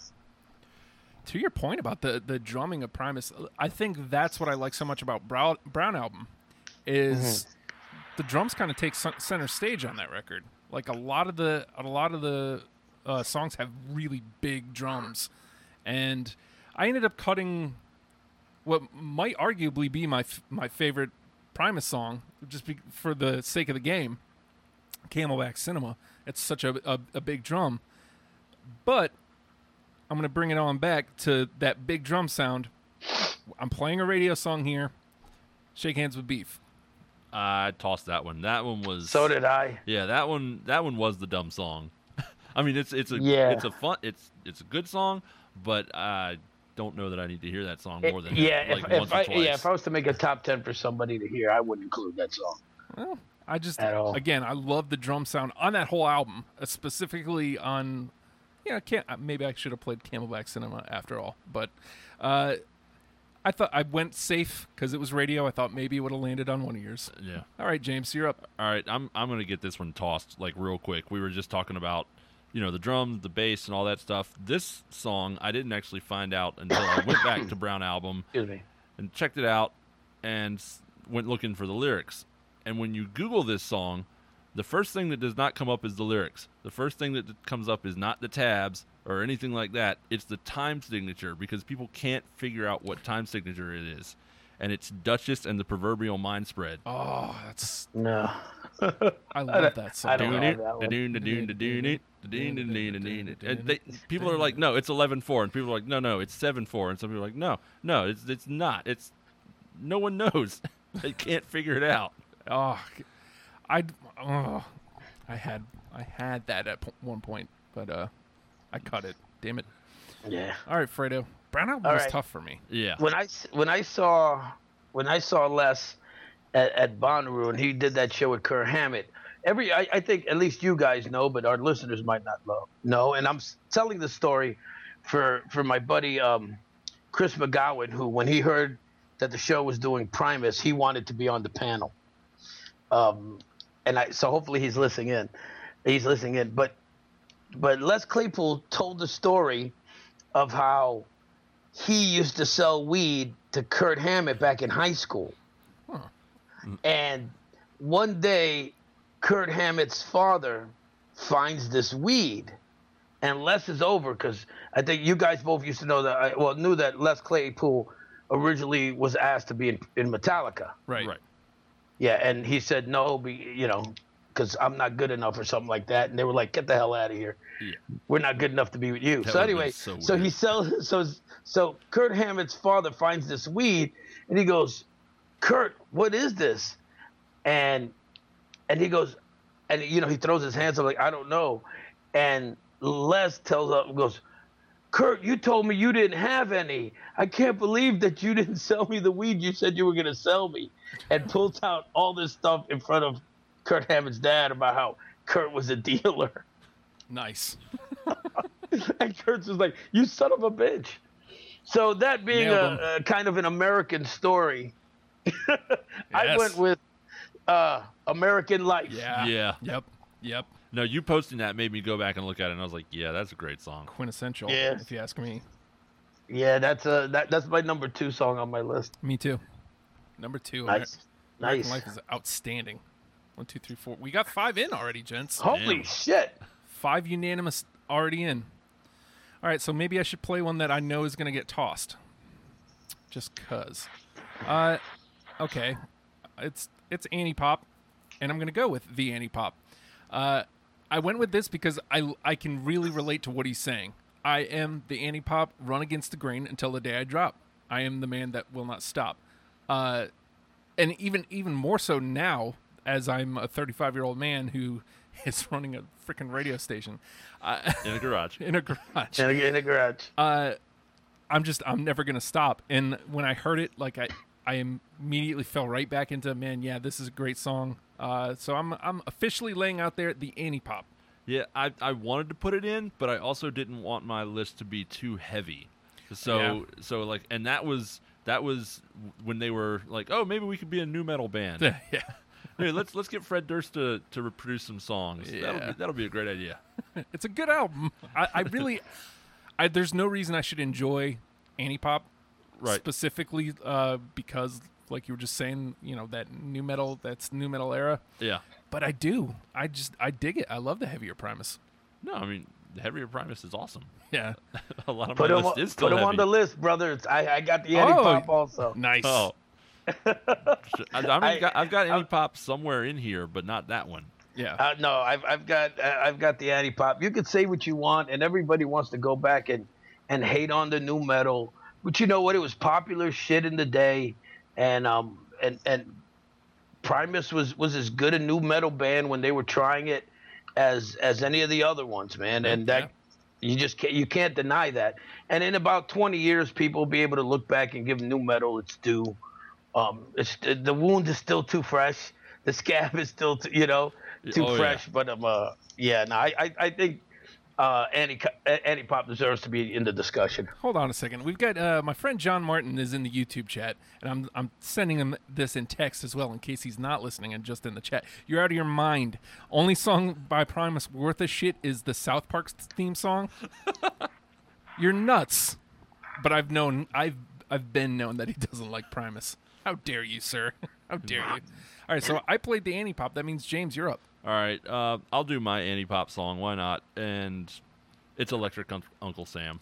A: To your point about the the drumming of Primus, I think that's what I like so much about Brown, Brown album is the drums kind of take cen- center stage on that record. Like a lot of the a lot of the uh, songs have really big drums, and I ended up cutting what might arguably be my f- my favorite Primus song just be- for the sake of the game, Camelback Cinema. It's such a a, a big drum, but I'm gonna bring it on back to that big drum sound. I'm playing a radio song here. Shake hands with beef.
B: I tossed that one. That one was
C: So did I.
B: Yeah, that one that one was the dumb song. *laughs* I mean, it's it's a
C: Yeah.
B: it's a fun it's it's a good song, but I don't know that I need to hear that song more than
C: yeah,
B: like
C: if,
B: once
C: if
B: or
C: I
B: twice.
C: yeah, if I was to make a top ten for somebody to hear, I would include that song.
A: Well, I just
C: At all.
A: again, I love the drum sound on that whole album, uh, specifically on. Yeah, I can't. uh, Maybe I should have played Camelback Cinema after all, but uh, I thought I went safe because it was radio. I thought maybe it would have landed on one of yours.
B: yeah.
A: All right, James, you're up.
B: All right, I'm I'm gonna get this one tossed like real quick. We were just talking about, you know, the drums, the bass, and all that stuff. This song I didn't actually find out until I went back to Brown album
C: Excuse me.
B: and checked it out and s- went looking for the lyrics. And when you Google this song, the first thing that does not come up is the lyrics. The first thing that comes up is not the tabs or anything like that. It's the time signature because people can't figure out what time signature it is. And it's Duchess and the Proverbial Mind Spread.
A: Oh, that's
C: No. *laughs*
A: I love that song.
C: I don't know. have that one.
B: And they- People are like, no, it's 11 4. And people are like, no, no, it's 7 4. And some people are like, no, no, it's, it's not. It's No one knows. *laughs* They can't figure it out.
A: Oh, I oh, I had I had that at po- one point, but uh, I cut it. Damn it!
C: Yeah.
A: All right, Fredo. Brown album
C: All
A: was
C: right.
A: tough for me.
B: Yeah.
C: When I s- when I saw when I saw Les at, at Bonnaroo and he did that show with Kerr Hammett. Every I, I think at least you guys know, but our listeners might not know. know. And I'm s- telling the story for for my buddy um, Chris McGowan, who when he heard that the show was doing Primus, he wanted to be on the panel. Um, and I so hopefully he's listening in. He's listening in, but but Les Claypool told the story of how he used to sell weed to Kurt Hammett back in high school. And one day, Kurt Hammett's father finds this weed, and Les is over because I think you guys both used to know that. I, well, knew that Les Claypool originally was asked to be in, in Metallica.
A: Right.
B: Right.
C: Yeah, and he said no, be, you know, because I'm not good enough or something like that. And they were like, "Get the hell out of here.
B: Yeah.
C: We're not good enough to be with you."
B: That
C: so
B: would've been
C: anyway,
B: so
C: so,
B: weird.
C: he sells. *laughs* So so Kurt Hammett's father finds this weed, and he goes, "Kurt, what is this?" And and he goes, and you know, he throws his hands up like, "I don't know." And Les tells up goes. Kurt, you told me you didn't have any. I can't believe that you didn't *laughs* sell me the weed you said you were going to sell me. And pulls out all this stuff in front of Kurt Hammett's dad about how Kurt was a dealer. *laughs*
A: Nice.
C: And Kurt's was like, You son of a bitch. So that being
A: Nailed
C: a, a kind of an American story, *laughs* I
A: Yes.
C: went with uh, American Life.
A: Yeah.
B: Yeah.
A: Yep. Yep.
B: No, you posting that made me go back and look at it, and I was like, yeah, that's a great song.
A: Quintessential.
C: Yes.
A: If you ask me.
C: Yeah, that's uh that, that's my number two song on my list.
A: Me too. Number two. Amer-
C: Nice,
A: American
C: nice.
A: Life is outstanding. One, two, three, four. We got five in already, gents.
C: Holy
B: Damn.
C: shit!
A: Five unanimous already in. All right, so maybe I should play one that I know is going to get tossed. Just cuz. Uh, okay. It's it's Annie Pop, and I'm going to go with the Annie Pop. Uh, I went with this because I I can really relate to what he's saying. I am the Annie Pop, run against the grain until the day I drop. I am the man that will not stop. Uh, and even even more so now as I'm a 35 year old man who *laughs* is running a freaking radio station uh,
B: In the *laughs* garage.
A: in a garage.
C: In a, in a garage.
A: Uh, I'm just I'm never gonna stop. And when I heard it, like I I immediately fell right back into man. Yeah, this is a great song. Uh, so I'm I'm officially laying out there the Annie Pop. *laughs*
B: Yeah, I, I wanted to put it in, but I also didn't want my list to be too heavy. So
A: Yeah.
B: so like, and that was that was when they were like, oh, maybe we could be a new metal band. *laughs*
A: yeah.
B: hey, let's let's get Fred Durst to, to reproduce some songs. That'll
A: Yeah.
B: be that'll be a great idea.
A: It's a good album. I, I
B: *laughs*
A: really, I, there's no reason I should enjoy Annie Pop,
B: Right.
A: Specifically uh, because, like you were just saying, you know that new metal, that's new metal era.
B: Yeah.
A: But I do. I just I dig it. I love the heavier Primus.
B: No, I mean the heavier Primus is awesome. *laughs*
A: Yeah.
B: a lot of
C: Put
B: my
C: him,
B: list
C: on-
B: is still
C: put him
B: heavy.
C: on the list, brother. It's- I, I got the Eddie
A: Oh.
C: Pop also.
A: Nice.
C: *laughs*
B: Oh. I, I mean,
C: I-
B: I've got, I've got any
C: I'm-
B: pop somewhere in here, but not that one.
A: Yeah.
C: Uh, no, I've, I've got uh, I've got the Annie Pop. You can say what you want, and everybody wants to go back and and hate on the new metal, but you know what? It was popular shit in the day, and um and and Primus was was as good a new metal band when they were trying it as as any of the other ones, man. And that you just can't you can't deny that. And in about 20 years, people will be able to look back and give new metal its due. Um, it's the wound is still too fresh. The scab is still too, you know too
B: Oh, yeah.
C: fresh. But um, uh, yeah, no, I I, I think uh, Annie Annie Pop deserves to be in the discussion.
A: Hold on a second. We've got uh, my friend John Martin is in the YouTube chat, and I'm I'm sending him this in text as well in case he's not listening and just in the chat. You're out of your mind. Only song by Primus worth a shit is the South Park theme
C: *laughs*
A: song. You're nuts. But I've known I've I've been known that he doesn't like Primus. How dare you, sir? *laughs* How dare you? All right, so I played the Annie Pop. That means James, you're up.
B: All right, uh, I'll do my Annie Pop song. Why not? And it's Electric Unc Uncle Sam.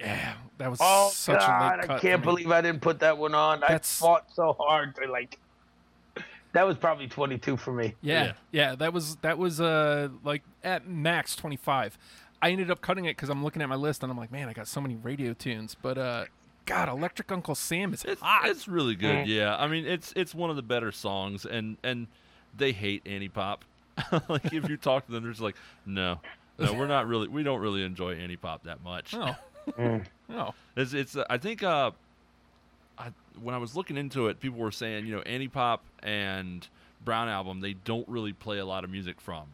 A: Yeah, that was
C: Oh
A: such a
C: God,
A: late
C: I
A: cut for
C: can't
A: me.
C: believe I didn't put that one on.
A: That's-
C: I fought so hard to like. That was probably 22 for me.
A: Yeah,
B: Yeah.
A: yeah, that was that was uh like at max 25. I ended up cutting it cuz I'm looking at my list and I'm like, man, I got so many radio tunes, but uh god, Electric Uncle Sam is *laughs*
B: It's,
A: hot.
B: it's really good. Yeah, I mean, it's it's one of the better songs, and and they hate Annie Pop. *laughs* like if you talk to them, they're just like, no, no, we're not really, we don't really enjoy Annie Pop that much.
A: Oh.
C: Mm.
A: oh.
B: It's, it's uh, I think uh, I, when I was looking into it, people were saying you know Annie Pop and Brown Album they don't really play a lot of music from,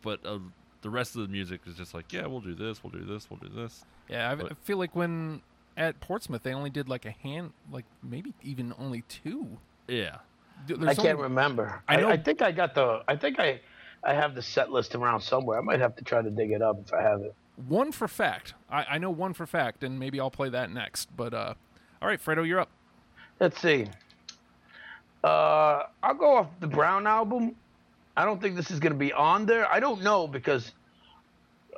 B: but uh, the rest of the music is just like yeah we'll do this we'll do this we'll do this.
A: Yeah, I, I
B: But-
A: feel like when at Portsmouth they only did like a hand like maybe even only two.
B: Yeah,
A: Th-
C: I
A: there's
C: can't
A: only-
C: remember.
A: I
C: I,
A: know-
C: I, think I got the. I think I, I have the set list around somewhere. I might have to try to dig it up if I have it.
A: One for fact. I, I know one for fact and maybe I'll play that next, but uh all right, Fredo, you're up.
C: Let's see. Uh, I'll go off the Brown album. I don't think this is going to be on there. I don't know because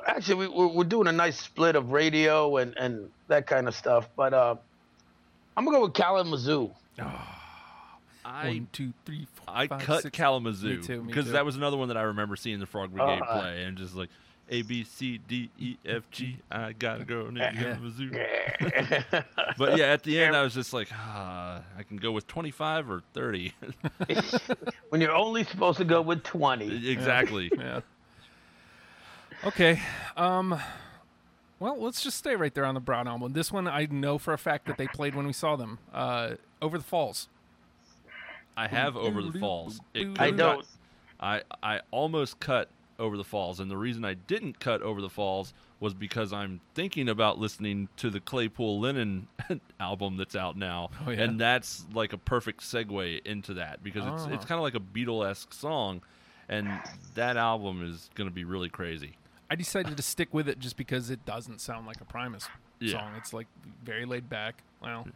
C: actually we, we're, we're doing a nice split of radio and, and that kind of stuff. But uh, I'm going to go with Kalamazoo. *laughs*
B: I
A: One, two, three, four,
B: I
A: five,
B: cut
A: six. Me too,
B: Kalamazoo
A: me
B: because
A: too.
B: that was another one that I remember seeing the Frog Brigade
C: Uh,
B: play and just like A B C D E F G I gotta go named Kalamazoo. But yeah, at the end I was just like, ah, I can go with twenty five or thirty. *laughs*
C: when you're only supposed to go with 20.
B: exactly.
A: yeah. Okay. Um well, let's just stay right there on the Brown album. This one I know for a fact that they played when we saw them. Uh Over the Falls.
B: I have over the falls. It
A: I
B: could
C: I
B: not-
C: don't.
B: I I almost cut Over the Falls, and the reason I didn't cut Over the Falls was because I'm thinking about listening to the Claypool Lennon *laughs* album that's out now,
A: Oh, yeah.
B: and that's like a perfect segue into that because it's it's
A: Ah.
B: kind of like a Beatle esque song, and that album is going to be really crazy.
A: I decided to stick with it just because it doesn't sound like a Primus
B: Yeah.
A: song. It's like very laid back. Well,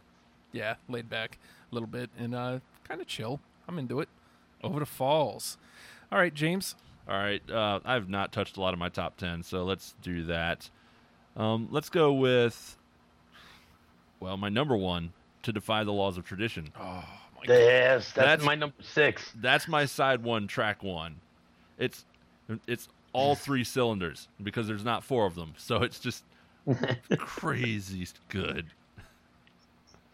A: yeah, laid back a little bit and uh, kind of chill. I'm into it. Over to Falls. All right, James.
B: All right, uh, I've not touched a lot of my top ten, so let's do that. Um, let's go with, well, my number one to defy the laws of tradition.
A: Oh my god.
C: Yes, that's,
B: That's-
C: my number six.
B: That's my side one, track one. It's it's
A: *laughs*
B: all three cylinders because there's not four of them, so it's just crazy good.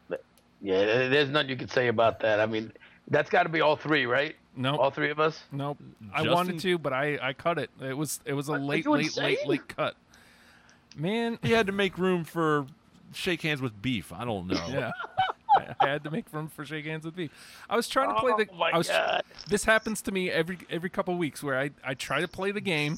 C: Yeah, there- there's nothing you can say about that. I mean, that's got to be all three, right?
A: Nope.
C: All three of us.
A: Nope. I
B: Justin-
A: wanted to, but I I cut it. It was it was a late
C: you
A: late late
C: insane?
A: late cut. Man,
B: He had to make room for shake hands with beef. I don't know.
C: *laughs*
A: yeah. I- I had to make room for shake hands with me. I was trying to play the.
C: Oh my
A: I was,
C: God.
A: This happens to me every every couple weeks where I, I try to play the game,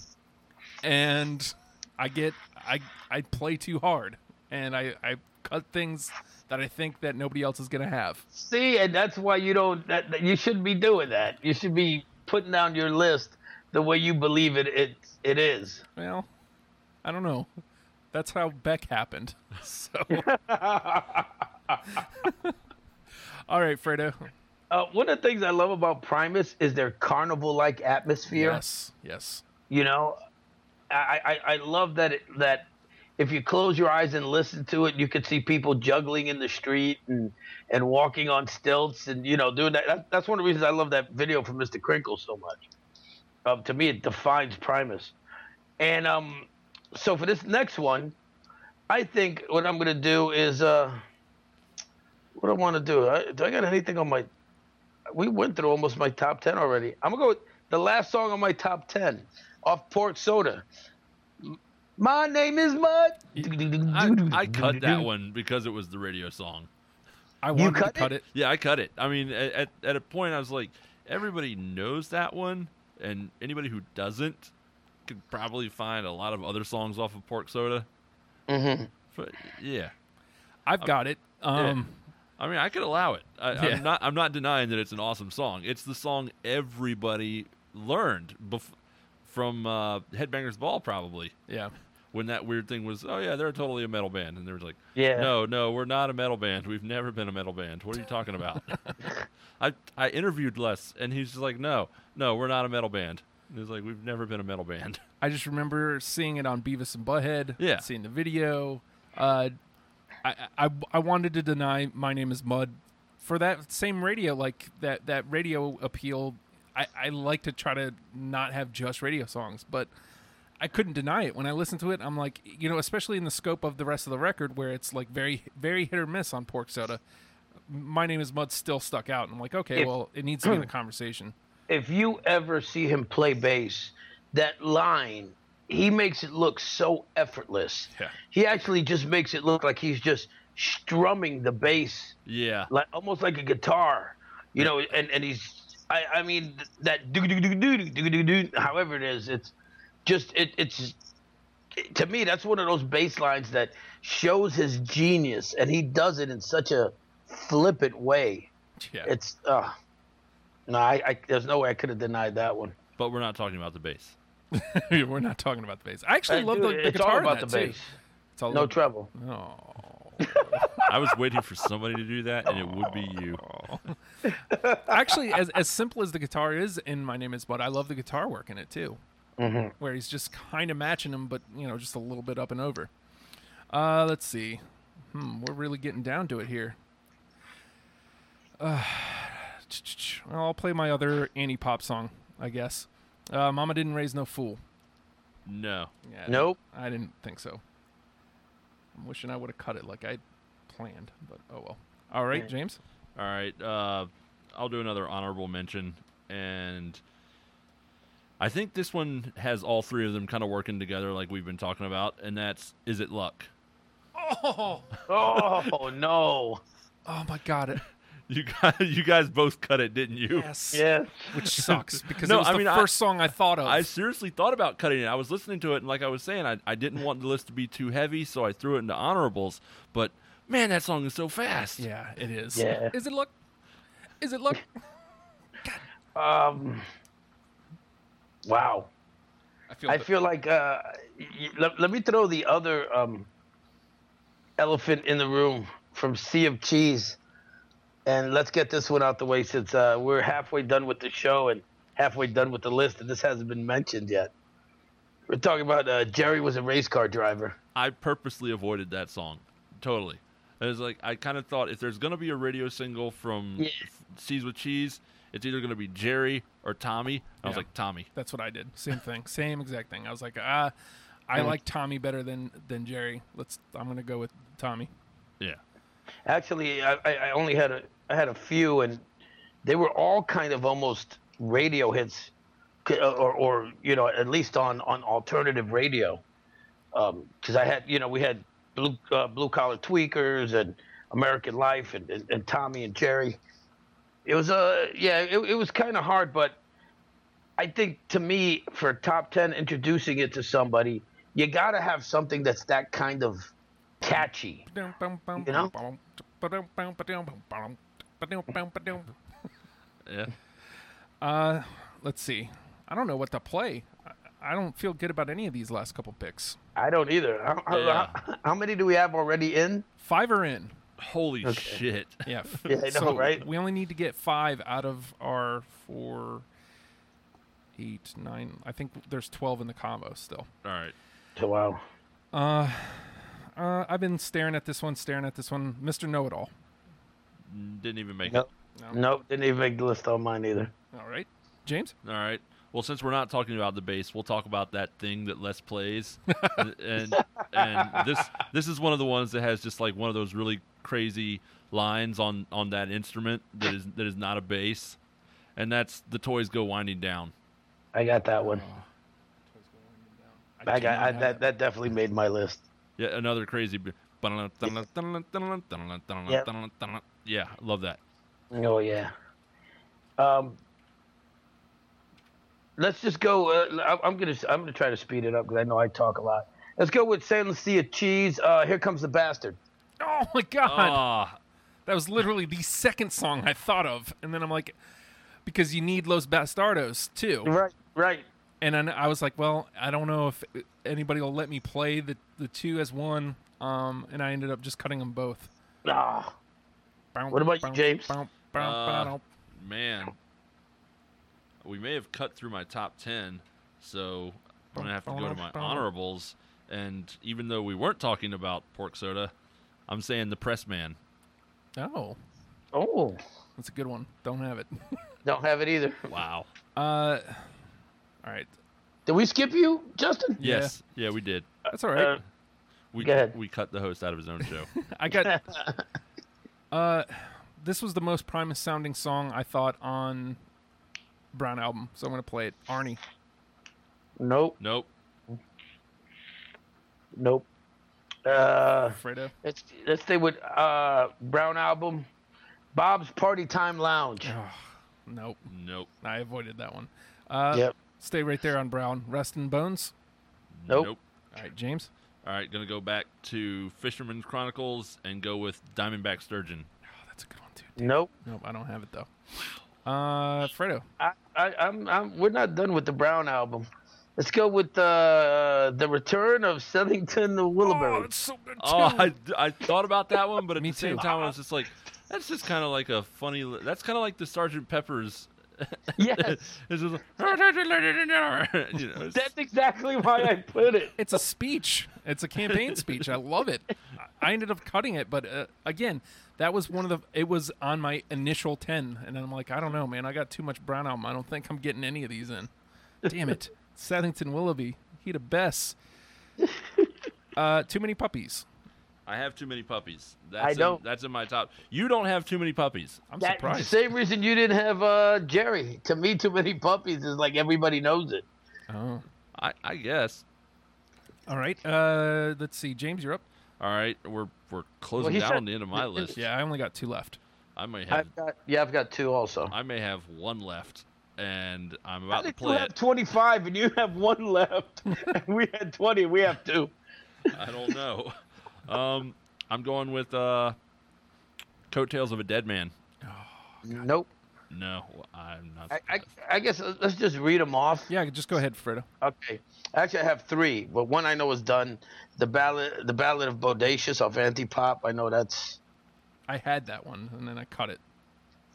A: and I get I I play too hard and I I cut things that I think that nobody else is gonna have.
C: See, and that's why you don't. That, that- you shouldn't be doing that. You should be putting down your list the way you believe it. It it is.
A: Well, I don't know. That's how Beck happened. *laughs* So. All right, Fredo.
C: Uh, one of the things I love about Primus is their carnival-like atmosphere.
A: Yes, yes.
C: You know, I, I I love that it, that if you close your eyes and listen to it, you could see people juggling in the street and and walking on stilts and you know doing that. that that's one of the reasons I love that video from Mr. Crinkle so much. Um, to me, it defines Primus. And um, so for this next one, I think what I'm gonna do is uh, what I want to do. I, do I got anything on my? We went through almost my top ten already. I'm gonna go with the last song on my top ten off Port Soda. M- My name is Mud.
B: I,
A: *laughs*
B: I cut that one because it was the radio song.
A: I wanted
C: cut
A: to cut it.
B: Yeah, I cut it. I mean, a- at at a point, I was like, everybody knows that one, and anybody who doesn't could probably find a lot of other songs off of Pork Soda. Mm-hmm. But yeah,
A: I've got it. Um,
B: I mean, I could allow it. I,
A: Yeah.
B: I'm not. I'm not denying that it's an awesome song. It's the song everybody learned bef- from uh, Headbangers Ball, probably
A: yeah.
B: when that weird thing was. Oh yeah, they're totally a metal band, and they were like,
C: Yeah.
B: no, no, we're not a metal band. We've never been a metal band. What are you talking about? I I interviewed Les, and he's just like, no, no, we're not a metal band. And he's like, we've never been a metal band. *laughs*
A: I just remember seeing it on Beavis and Butthead.
B: Yeah.
A: Seeing the video. Uh, I, I I wanted to deny my name is Mud for that same radio like that that radio appeal. I, I like to try to not have just radio songs, but I couldn't deny it when I listened to it. I'm like, you know, especially in the scope of the rest of the record where it's like very very hit or miss on Pork Soda. My name is Mud still stuck out, and I'm like, okay,
C: If-
A: well, it needs to
C: *clears throat*
A: be in the conversation. *laughs*
C: if you ever see him play bass, that line, he makes it look so effortless.
B: Yeah.
C: He actually just makes it look like he's just strumming the bass,
B: Yeah,
C: like almost like a guitar, you know. And and he's, I I mean th- that do do do do do do do however it is, it's just it it's. it- To me, that's one of those bass lines that shows his genius, and he does it in such a flippant way.
A: Yeah.
C: It's uh no, I, I there's no way I could have denied that one.
B: but we're not talking about the bass.
A: *laughs* We're not talking about the bass. I actually
C: Hey,
A: love
C: dude,
A: the, the
C: it's
A: guitar
C: all
A: in
C: about
A: that,
C: the
A: too.
C: bass.
A: It's all
C: No
A: about-
C: trouble.
A: Oh.
B: I was waiting for somebody to do that, and it would be you.
A: Actually, as as simple as the guitar is in My Name Is Bud, I love the guitar work in it too, where he's just kind of matching him, but you know, just a little bit up and over. Uh, let's see. Hmm, we're really getting down to it here. Uh, *sighs* well, I'll play my other Annie pop song, I guess. Uh, Mama didn't raise no fool.
B: No,
A: Yeah,
C: Nope.
A: I didn't think so. I'm wishing I would have cut it like I planned, but oh well. All right, James.
B: All right. Uh, I'll do another honorable mention. And I think this one has all three of them kind of working together, like we've been talking about. And that's Is It Luck?
A: Oh,
C: Oh no.
A: oh my God!
B: You guys, *laughs* you guys both cut it, didn't you?
A: Yes.
C: *laughs* Yes.
B: *laughs*
A: Which sucks because
B: No,
A: it was
B: I
A: the
B: mean, I-
A: first song I thought of.
B: I seriously thought about cutting it. I was listening to it, and like I was saying, I, I didn't want the list to be too heavy, so I threw it into honorables. But man, that song is so fast.
A: yeah, it is.
C: Yeah.
A: Is it luck? Is
B: *laughs*
A: it luck?
C: Um, wow.
A: I feel.
C: I
A: the-
C: feel like uh, y- y- let, let me throw the other um, elephant in the room from Sea of Cheese, and let's get this one out the way since uh, we're halfway done with the show and halfway done with the list, and this hasn't been mentioned yet. We're talking about uh, Jerry was a race car driver.
B: I purposely avoided that song, totally. It was like I kind of thought if there's gonna be a radio single from
C: Yeah.
B: Seas with Cheese, it's either gonna be Jerry or Tommy. And I was
A: Yeah.
B: like Tommy.
A: That's what I did. Same thing. Same exact thing. I was like, ah,
B: Mm.
A: I like Tommy better than than Jerry. Let's. I'm gonna go with Tommy.
B: Yeah.
C: Actually, I, I I only had a I had a few, and they were all kind of almost radio hits, c- uh, or, or you know at least on on alternative radio, because I had you know we had blue uh, blue collar tweakers and American Life and, and, and Tommy and Jerry. It was uh, yeah it, it was kind of hard, but I think to me for top ten introducing it to somebody, you got to have something that's that kind of catchy.
A: You
C: know?
B: Yeah.
A: Uh, let's see. I don't know what to play. I- I don't feel good about any of these last couple picks.
C: I don't either. How, how-
B: Yeah.
C: how, how many do we have already in?
A: Five are in.
B: Holy shit.
A: *laughs* Yeah. f-
C: Yeah, I know,
A: so
C: right?
A: We only need to get five out of our four, eight, nine. I think there's 12 in the combo still.
B: All right.
C: Wow.
A: Uh, I've been staring at this one, staring at this one. Mr. Know It All.
B: Didn't even make
C: Nope.
A: No.
C: Nope. Didn't even make the list on mine either.
A: All right. James?
B: All right. Well, since we're not talking about the bass, we'll talk about that thing that Les plays, and and this this is one of the ones that has just like one of those really crazy lines on on that instrument that is that is not a bass, and that's the toys go winding down.
C: I got that one. I
A: do
C: got
A: not
C: I,
A: have
C: that. That definitely made my list.
B: Yeah, another crazy. b- Yeah, I love that.
C: Oh yeah. Um. Let's just go. Uh, I- I'm gonna I'm gonna try to speed it up because I know I talk a lot. Let's go with San Lucia cheese. Uh, here comes the bastard.
A: Oh, my God.
B: Ah,
A: That was literally the second song I thought of, and then I'm like, because you need Los Bastardos too.
C: Right. Right.
A: And then I was like, well, I don't know if anybody will let me play the the two as one. Um, and I ended up just cutting them both.
C: Ah. What about you, James?
B: Uh, man, we may have cut through my top ten, so I'm gonna have to go to my honorables. And even though we weren't talking about pork soda, I'm saying the press man.
A: Oh,
C: Oh.
A: that's a good one. Don't have
B: *laughs*
A: it.
C: Don't have it either.
B: Wow.
A: Uh, all right,
C: Did we skip you, Justin?
A: Yeah.
B: Yes. Yeah, we did.
A: that's all right.
C: Uh,
B: We
C: Go ahead.
B: we cut the host out of his
A: *laughs*
B: own show.
A: I
C: *laughs*
A: got. Uh, this was the most Primus sounding song I thought on Brown album, so I'm gonna play it. Arnie.
C: Nope.
B: nope.
C: Nope. Uh.
A: Fredo.
C: Let's let's stay with uh, Brown album, Bob's Party Time Lounge.
A: Ugh, nope.
B: Nope.
A: I avoided that one. Uh,
C: Yep.
A: Stay right there on Brown. Rest in bones.
C: Nope.
A: All right, James.
B: All right, gonna go back to Fisherman Chronicles and go with Diamondback Sturgeon.
A: Oh, that's a good one too.
C: Nope.
A: Nope, I don't have it though. Uh, Fredo.
C: I, I, I'm, I'm we're not done with the Brown album. Let's go with uh, the Return of Southington to Willowberry.
A: so good too.
B: Oh, I, I thought about that one, but
A: *laughs*
B: at
A: Me
B: the same
A: too.
B: time, I was just like, that's just kind of like a funny. li- That's kind of like the Sergeant Pepper's.
C: *laughs* yes,
B: It's
C: *laughs*
B: just like, you know, it's-
C: that's exactly why I put it.
A: it's a speech. It's a campaign speech. I love it. I I ended up cutting it, but uh, again, that was one of the. It was on my initial ten, and I'm like, I don't know, man. I got too much Brown album. I don't think I'm getting any of these in. Damn it, Southington Willoughby. He the best. Uh, too many puppies.
B: I have too many puppies. That's
C: don't.
B: In, that's in my top. You don't have too many puppies.
A: I'm
C: That's the
A: surprised.
C: same reason you didn't have uh, Jerry. To me, too many puppies is like everybody knows it.
A: Oh.
B: I, I guess.
A: All right. Uh, let's see. James, you're up.
B: All right, we're we're closing
C: he
B: down
C: said-
B: on the end of my list.
A: Yeah, I only got two left.
B: I may have
C: I've got yeah, I've got two also.
B: I may have one left, and I'm
C: How
B: about to
C: did you
B: play
C: have
B: it.
C: 25 and you have one left? *laughs* and we had 20. We have two.
B: I don't know. *laughs* um, I'm going with uh, "Coattails of a Dead Man."
C: Nope.
B: No, I'm not.
C: I, I, I guess uh, let's just read them off.
A: Yeah, just go ahead, Fredo.
C: Okay. Actually, I have three, but one I know is done. The ballad, the ballad of Bodacious off Antipop. I know that's
A: I had that one and then I cut it.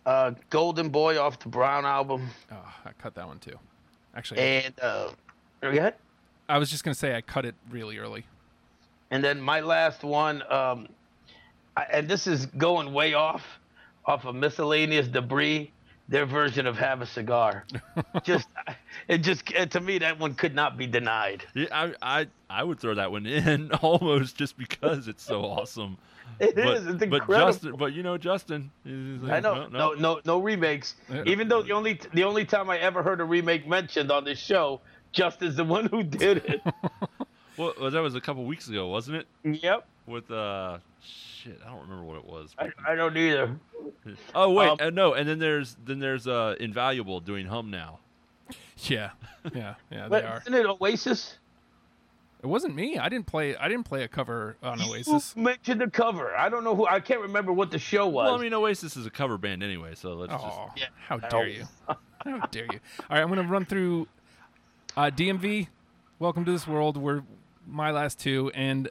C: uh, Golden Boy off the Brown album,
A: Oh, I cut that one too. Actually,
C: and uh, go ahead.
A: I was just gonna say I cut it really early.
C: And then my last one, um, I, and this is going way off, off of miscellaneous debris. Their version of "Have
B: *laughs*
C: a Cigar," just it just it, to me that one could not be denied.
B: Yeah, I, I I would throw that one in *laughs* almost just because it's so awesome.
C: It is.
B: but,
C: It's
B: but
C: incredible.
B: Justin, but you know Justin. he's like,
C: I know. No,
B: No, no.
C: no, no, remakes.
A: Yeah.
C: Even though the only the only time I ever heard a remake mentioned on this show, Justin's the one who did it.
B: Well, well, that was a couple weeks ago, wasn't it?
C: yep.
B: With uh, shit, I don't remember what it was.
C: I, I don't either.
B: oh wait,
C: um,
B: uh, no. And then there's then there's uh, Invaluable doing Hum now.
C: *laughs*
A: Yeah, yeah, yeah.
C: But
A: They are.
C: isn't it Oasis?
A: It wasn't me. I didn't play. I didn't play a cover on Oasis.
C: Who mentioned the cover? I don't know who. I can't remember what the show was.
B: Well, I mean Oasis is a cover band anyway, so let's just
A: Oh,
C: Yeah.
A: how dare you? How dare you? All right, I'm gonna run through uh, DMV. Welcome to this world. Were my last two, and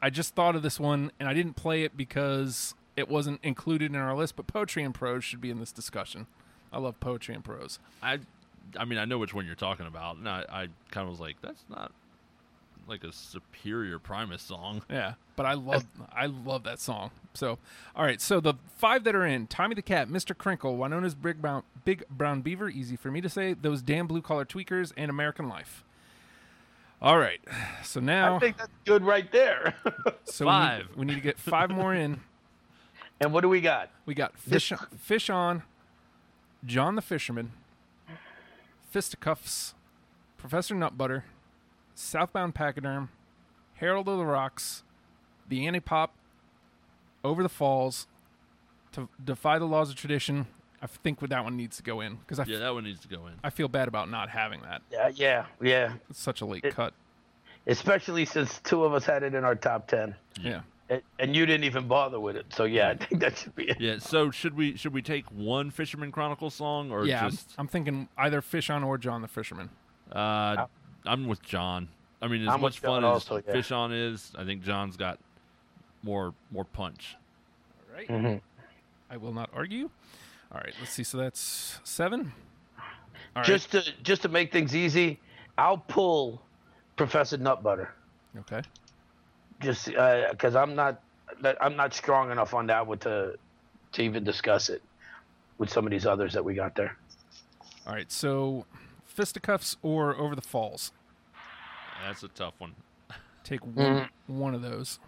A: I just thought of this one, and I didn't play it because it wasn't included in our list. But poetry and prose should be in this discussion. I love poetry and prose.
B: I, I mean, I know which one you're talking about, and I, I kind of was like, that's not like a superior Primus song. *laughs*
A: Yeah, but I love I love that song. So, all right. So the five that are in: Tommy the Cat, Mr. Crinkle, Winona's Big Brown, Big Brown Beaver, easy for me to say. Those damn blue collar tweakers and American Life. All right. So now,
C: I think that's good right there. *laughs*
A: so we need-
B: Five.
A: We need, to get five more in. *laughs*
C: and what do we got?
A: We got fish, fish on, John the Fisherman, Fisticuffs, Professor Nutbutter, Southbound Pachyderm, Herald of the Rocks, The Antipop, Over the Falls, to Defy the Laws of Tradition. I think that one needs to go in because I, f-
B: Yeah, that one needs to go in.
A: I feel bad about not having that.
C: Yeah, yeah, yeah.
A: It's such a late
C: It-
A: cut.
C: Especially since two of us had it in our top ten,
A: Yeah.
C: and, and you didn't even bother with it. So yeah, I think that should be it.
B: Yeah. So should we should we take one Fisherman Chronicle song or
A: Yeah. I'm-
B: just?
A: I'm thinking either Fish on or John the Fisherman.
B: Uh, I'm with John. I mean, as
C: I'm with
B: much fun
C: John
B: as
C: also, yeah.
B: Fish on is, I think John's got more more punch.
A: All right. I will not argue. All right, let's see. So that's seven. All right.
C: Just to just to make things easy, I'll pull Professor Nutbutter
A: okay.
C: just because I'm not that- I'm not strong enough on that one to to even discuss it with some of these others that we got there.
A: All right. So, fisticuffs or over the falls.
B: That's a tough one.
A: Take
C: Mm.
A: one, one of those.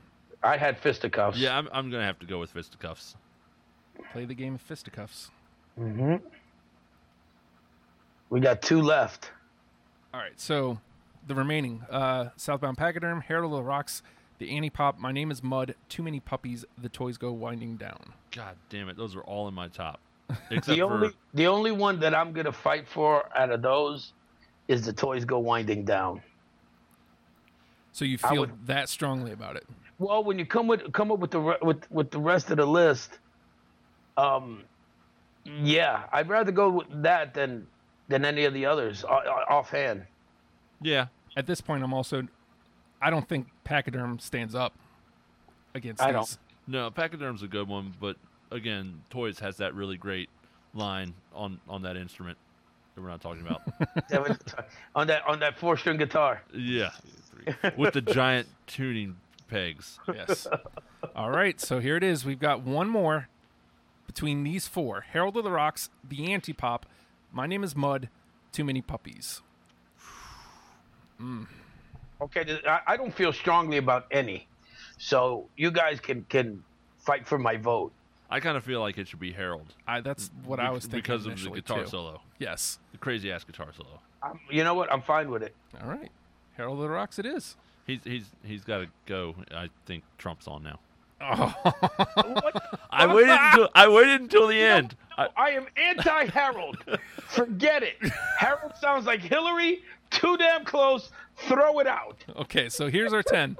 C: I had fisticuffs.
B: Yeah, I'm, I'm gonna have to go with Fisticuffs.
A: Play the game of fisticuffs.
C: we got two left.
A: All right. So, the remaining uh, Southbound Pachyderm, Herald of the Rocks, the Annie Pop, My Name is Mud, Too Many Puppies, The Toys Go Winding Down.
B: God damn it, those are all in my
C: *laughs*
B: top, except
C: The only
B: for
C: the only one that I'm gonna fight for out of those is the toys go winding down.
A: So, you feel
C: would-
A: that strongly about it.
C: Well, when you come with come up with the re- with with the rest of the list, um, yeah, I'd rather go with that than than any of the others o- o- offhand.
B: *laughs* yeah.
A: At this point, I'm also, I don't think Pachyderm stands up against
C: I
A: these.
C: don't.
B: No, Pachyderm's a good one, but again, Toys has that really great line on on that instrument that we're not talking
C: *laughs*
B: about.
C: That was- uh, on that on that four string guitar. *laughs*
B: yeah, with the giant tuning pegs.
A: Yes. All right, so here it is. We've got one more between these four: Herald of the Rocks, The Anti Pop, My Name Is Mud, Too Many Puppies.
C: Okay, th- I, I don't feel strongly about any, so you guys can can fight for my vote.
B: I kind of feel like it should be Harold.
A: I, that's what I
B: bec-
A: was thinking
B: because of the
A: initially,
B: guitar
A: too.
B: solo,
A: Yes.
B: the crazy ass guitar solo.
C: I'm, you know what? I'm fine with it.
A: All right, Herald of the Rocks. It is.
B: He's he's he's got to go. I think Trump's on now.
A: Oh.
C: What?
B: I waited until I waited until the end. *laughs* I,
C: I am anti
A: *laughs*
C: Harold. Forget it. Harold sounds like Hillary. Too damn close. Throw it out.
A: okay, so here's
B: *laughs*
A: our 10.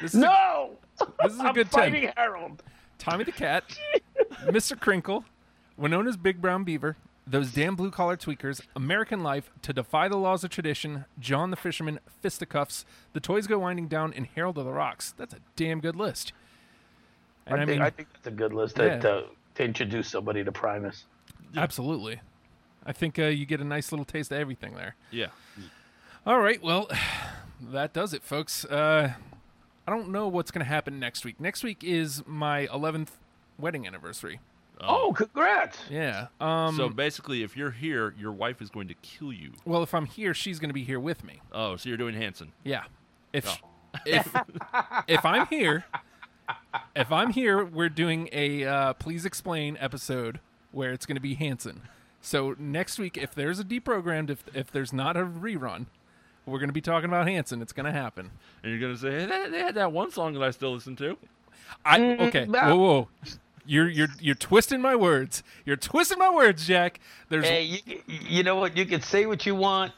A: This is
C: No.
A: This is a
C: *laughs* I'm
A: good 10.
C: fighting Harold.
A: Tommy the Cat, *laughs* Mr. Crinkle, Winona's Big Brown Beaver, Those Damn Blue Collar Tweakers, American Life, To Defy the Laws of Tradition, John the Fisherman, Fisticuffs, The Toys Go Winding Down, and Herald of the Rocks. That's a damn good list. And I,
C: I think,
A: mean,
C: I think that's a good list
A: Yeah.
C: that, uh, to introduce somebody to Primus.
A: absolutely. I think uh, you get a nice little taste of everything there.
B: yeah.
A: All right, well, *sighs* that does it, folks. Uh, I don't know what's going to happen next week. Next week is my 11th wedding anniversary.
C: Oh, congrats.
A: Yeah. Um,
B: So basically, if you're here, your wife is going to kill you.
A: well, if I'm here, she's going to be here with me.
B: Oh, so you're doing Hanson.
A: Yeah. If if if I'm here, if I'm here, we're doing a uh, please explain episode where it's going to be Hanson. So next week, if there's a deprogrammed, if if there's not a rerun, we're going to be talking about Hanson. It's going to happen.
B: And you're going to say, hey, they, they had that one song that I still listen to.
A: I okay.
C: Mm, no.
A: Whoa, whoa. You're you're you're twisting my words. You're twisting my words, Jack. There's
C: Hey, you, you know what? You can say what you want.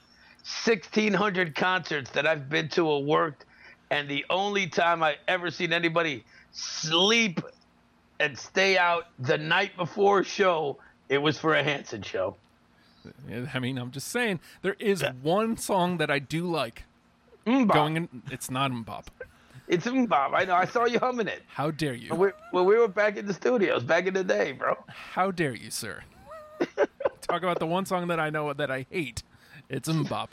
C: 1,600 concerts that I've been to or worked, and the only time I've ever seen anybody sleep and stay out the night before a show, it was for a Hanson show.
A: I mean, I'm just saying there is one song that I do like.
C: Mm, Bob.
A: Going in, it's not Mbop.
C: It's mm, Bob. I know. I saw you humming it.
A: How dare you?
C: We, when we were back in the studios back in the day, bro.
A: How dare you, sir? Talk about the one song that I know that I hate. It's Mbop.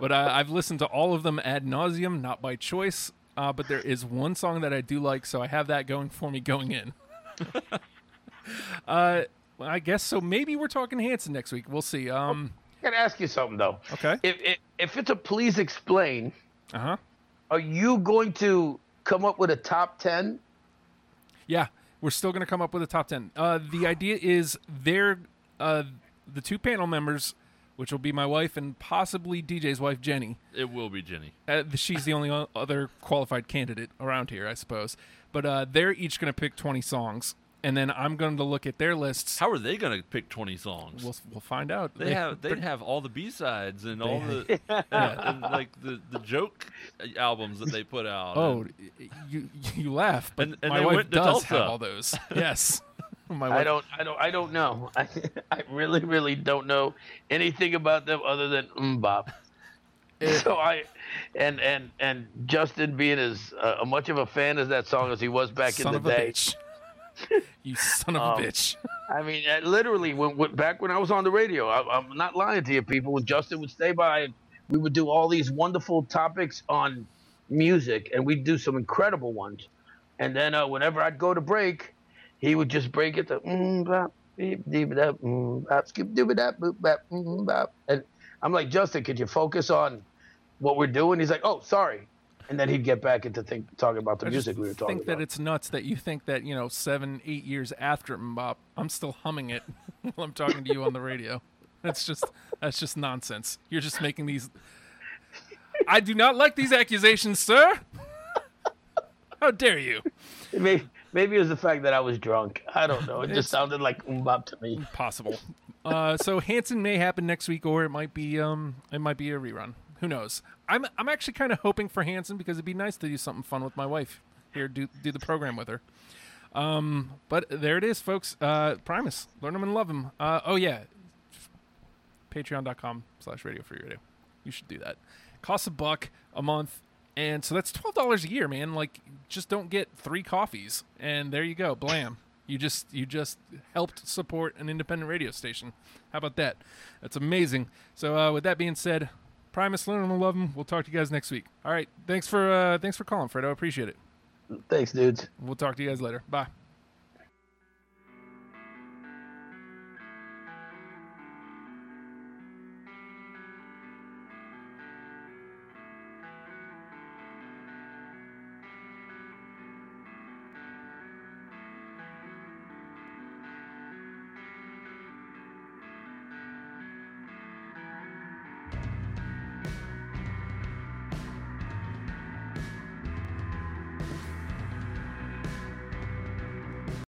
A: But uh, I've listened to all of them ad nauseum, not by choice. Uh, but there is one song that I do like, so I have that going for me going in. uh, well, I guess so. Maybe we're talking Hanson next week. We'll see. Um,
C: I gotta ask you something though.
A: okay.
C: If, if if it's a please explain,
A: Uh huh.
C: are you going to come up with a top ten?
A: Yeah, we're still going to come up with a top ten. Uh, the idea is they're uh, the two panel members, which will be my wife and possibly DJ's wife Jenny.
B: It will be Jenny.
A: Uh, th- she's the only o- other qualified candidate around here, I suppose. But uh, they're each going to pick 20 songs, and then I'm going to look at their lists.
B: How are they going to pick 20 songs?
A: We'll, we'll find out.
B: they have they have all the B sides and all *laughs* the and, like the, the joke albums that they put
A: *laughs*
B: out.
A: Oh,
B: and-
A: y- you you laugh, but
B: And- and
A: my
B: they
A: wife
B: went to
A: does
B: Tulsa.
A: have all
B: *laughs*
A: those. Yes, *laughs* my wife.
C: I don't, I don't, I don't know. *laughs* I, I really, really don't know anything about them other than
A: *laughs*
C: Mbop. *laughs* so I, and and and Justin being as uh, much of a fan as that song as he was back
A: son
C: in the
A: of a
C: day.
B: *laughs*
A: bitch. you son of
C: Um,
A: a bitch.
C: I mean, I literally, when, when back when I was on the radio, I, I'm not lying to you, people. When Justin would stay by, we would do all these wonderful topics on music, and we'd do some incredible ones. And then uh, whenever I'd go to break, he would just break it to mm bop, beep, deep, bop, mm, bop, skip, doop, bop, boop, bop, mm, bop. And I'm like, Justin, could you focus on what we're doing? He's like, oh, sorry. And then he'd get back into think, talking about the
A: I just
C: music we were talking
A: think
C: about.
A: that it's nuts that you think that you know seven, eight years after Mbop, I'm still humming it *laughs* while I'm talking to you on the radio. That's just that's just nonsense. You're just making these. I do not like these accusations, sir. How dare you?
C: Maybe, maybe it was the fact that I was drunk. I don't know. It just sounded like umbop to me.
A: Possible. *laughs* Uh, so Hanson may happen next week, or it might be um, it might be a rerun. Who knows? I'm I'm actually kind of hoping for Hanson because it'd be nice to do something fun with my wife here, do do the program with her. Um, but there it is, folks. Uh, Primus, learn them and love them. Uh, oh yeah, patreon.com slash radio free radio you should do that costs a buck a month and so that's $12 a year man like just don't get three coffees and there you go blam you just you just helped support an independent radio station how about that that's amazing so uh, with that being said primus learn and love them we'll talk to you guys next week all right thanks for uh, thanks for calling fredo i appreciate it
C: Thanks, dudes.
A: we'll talk to you guys later bye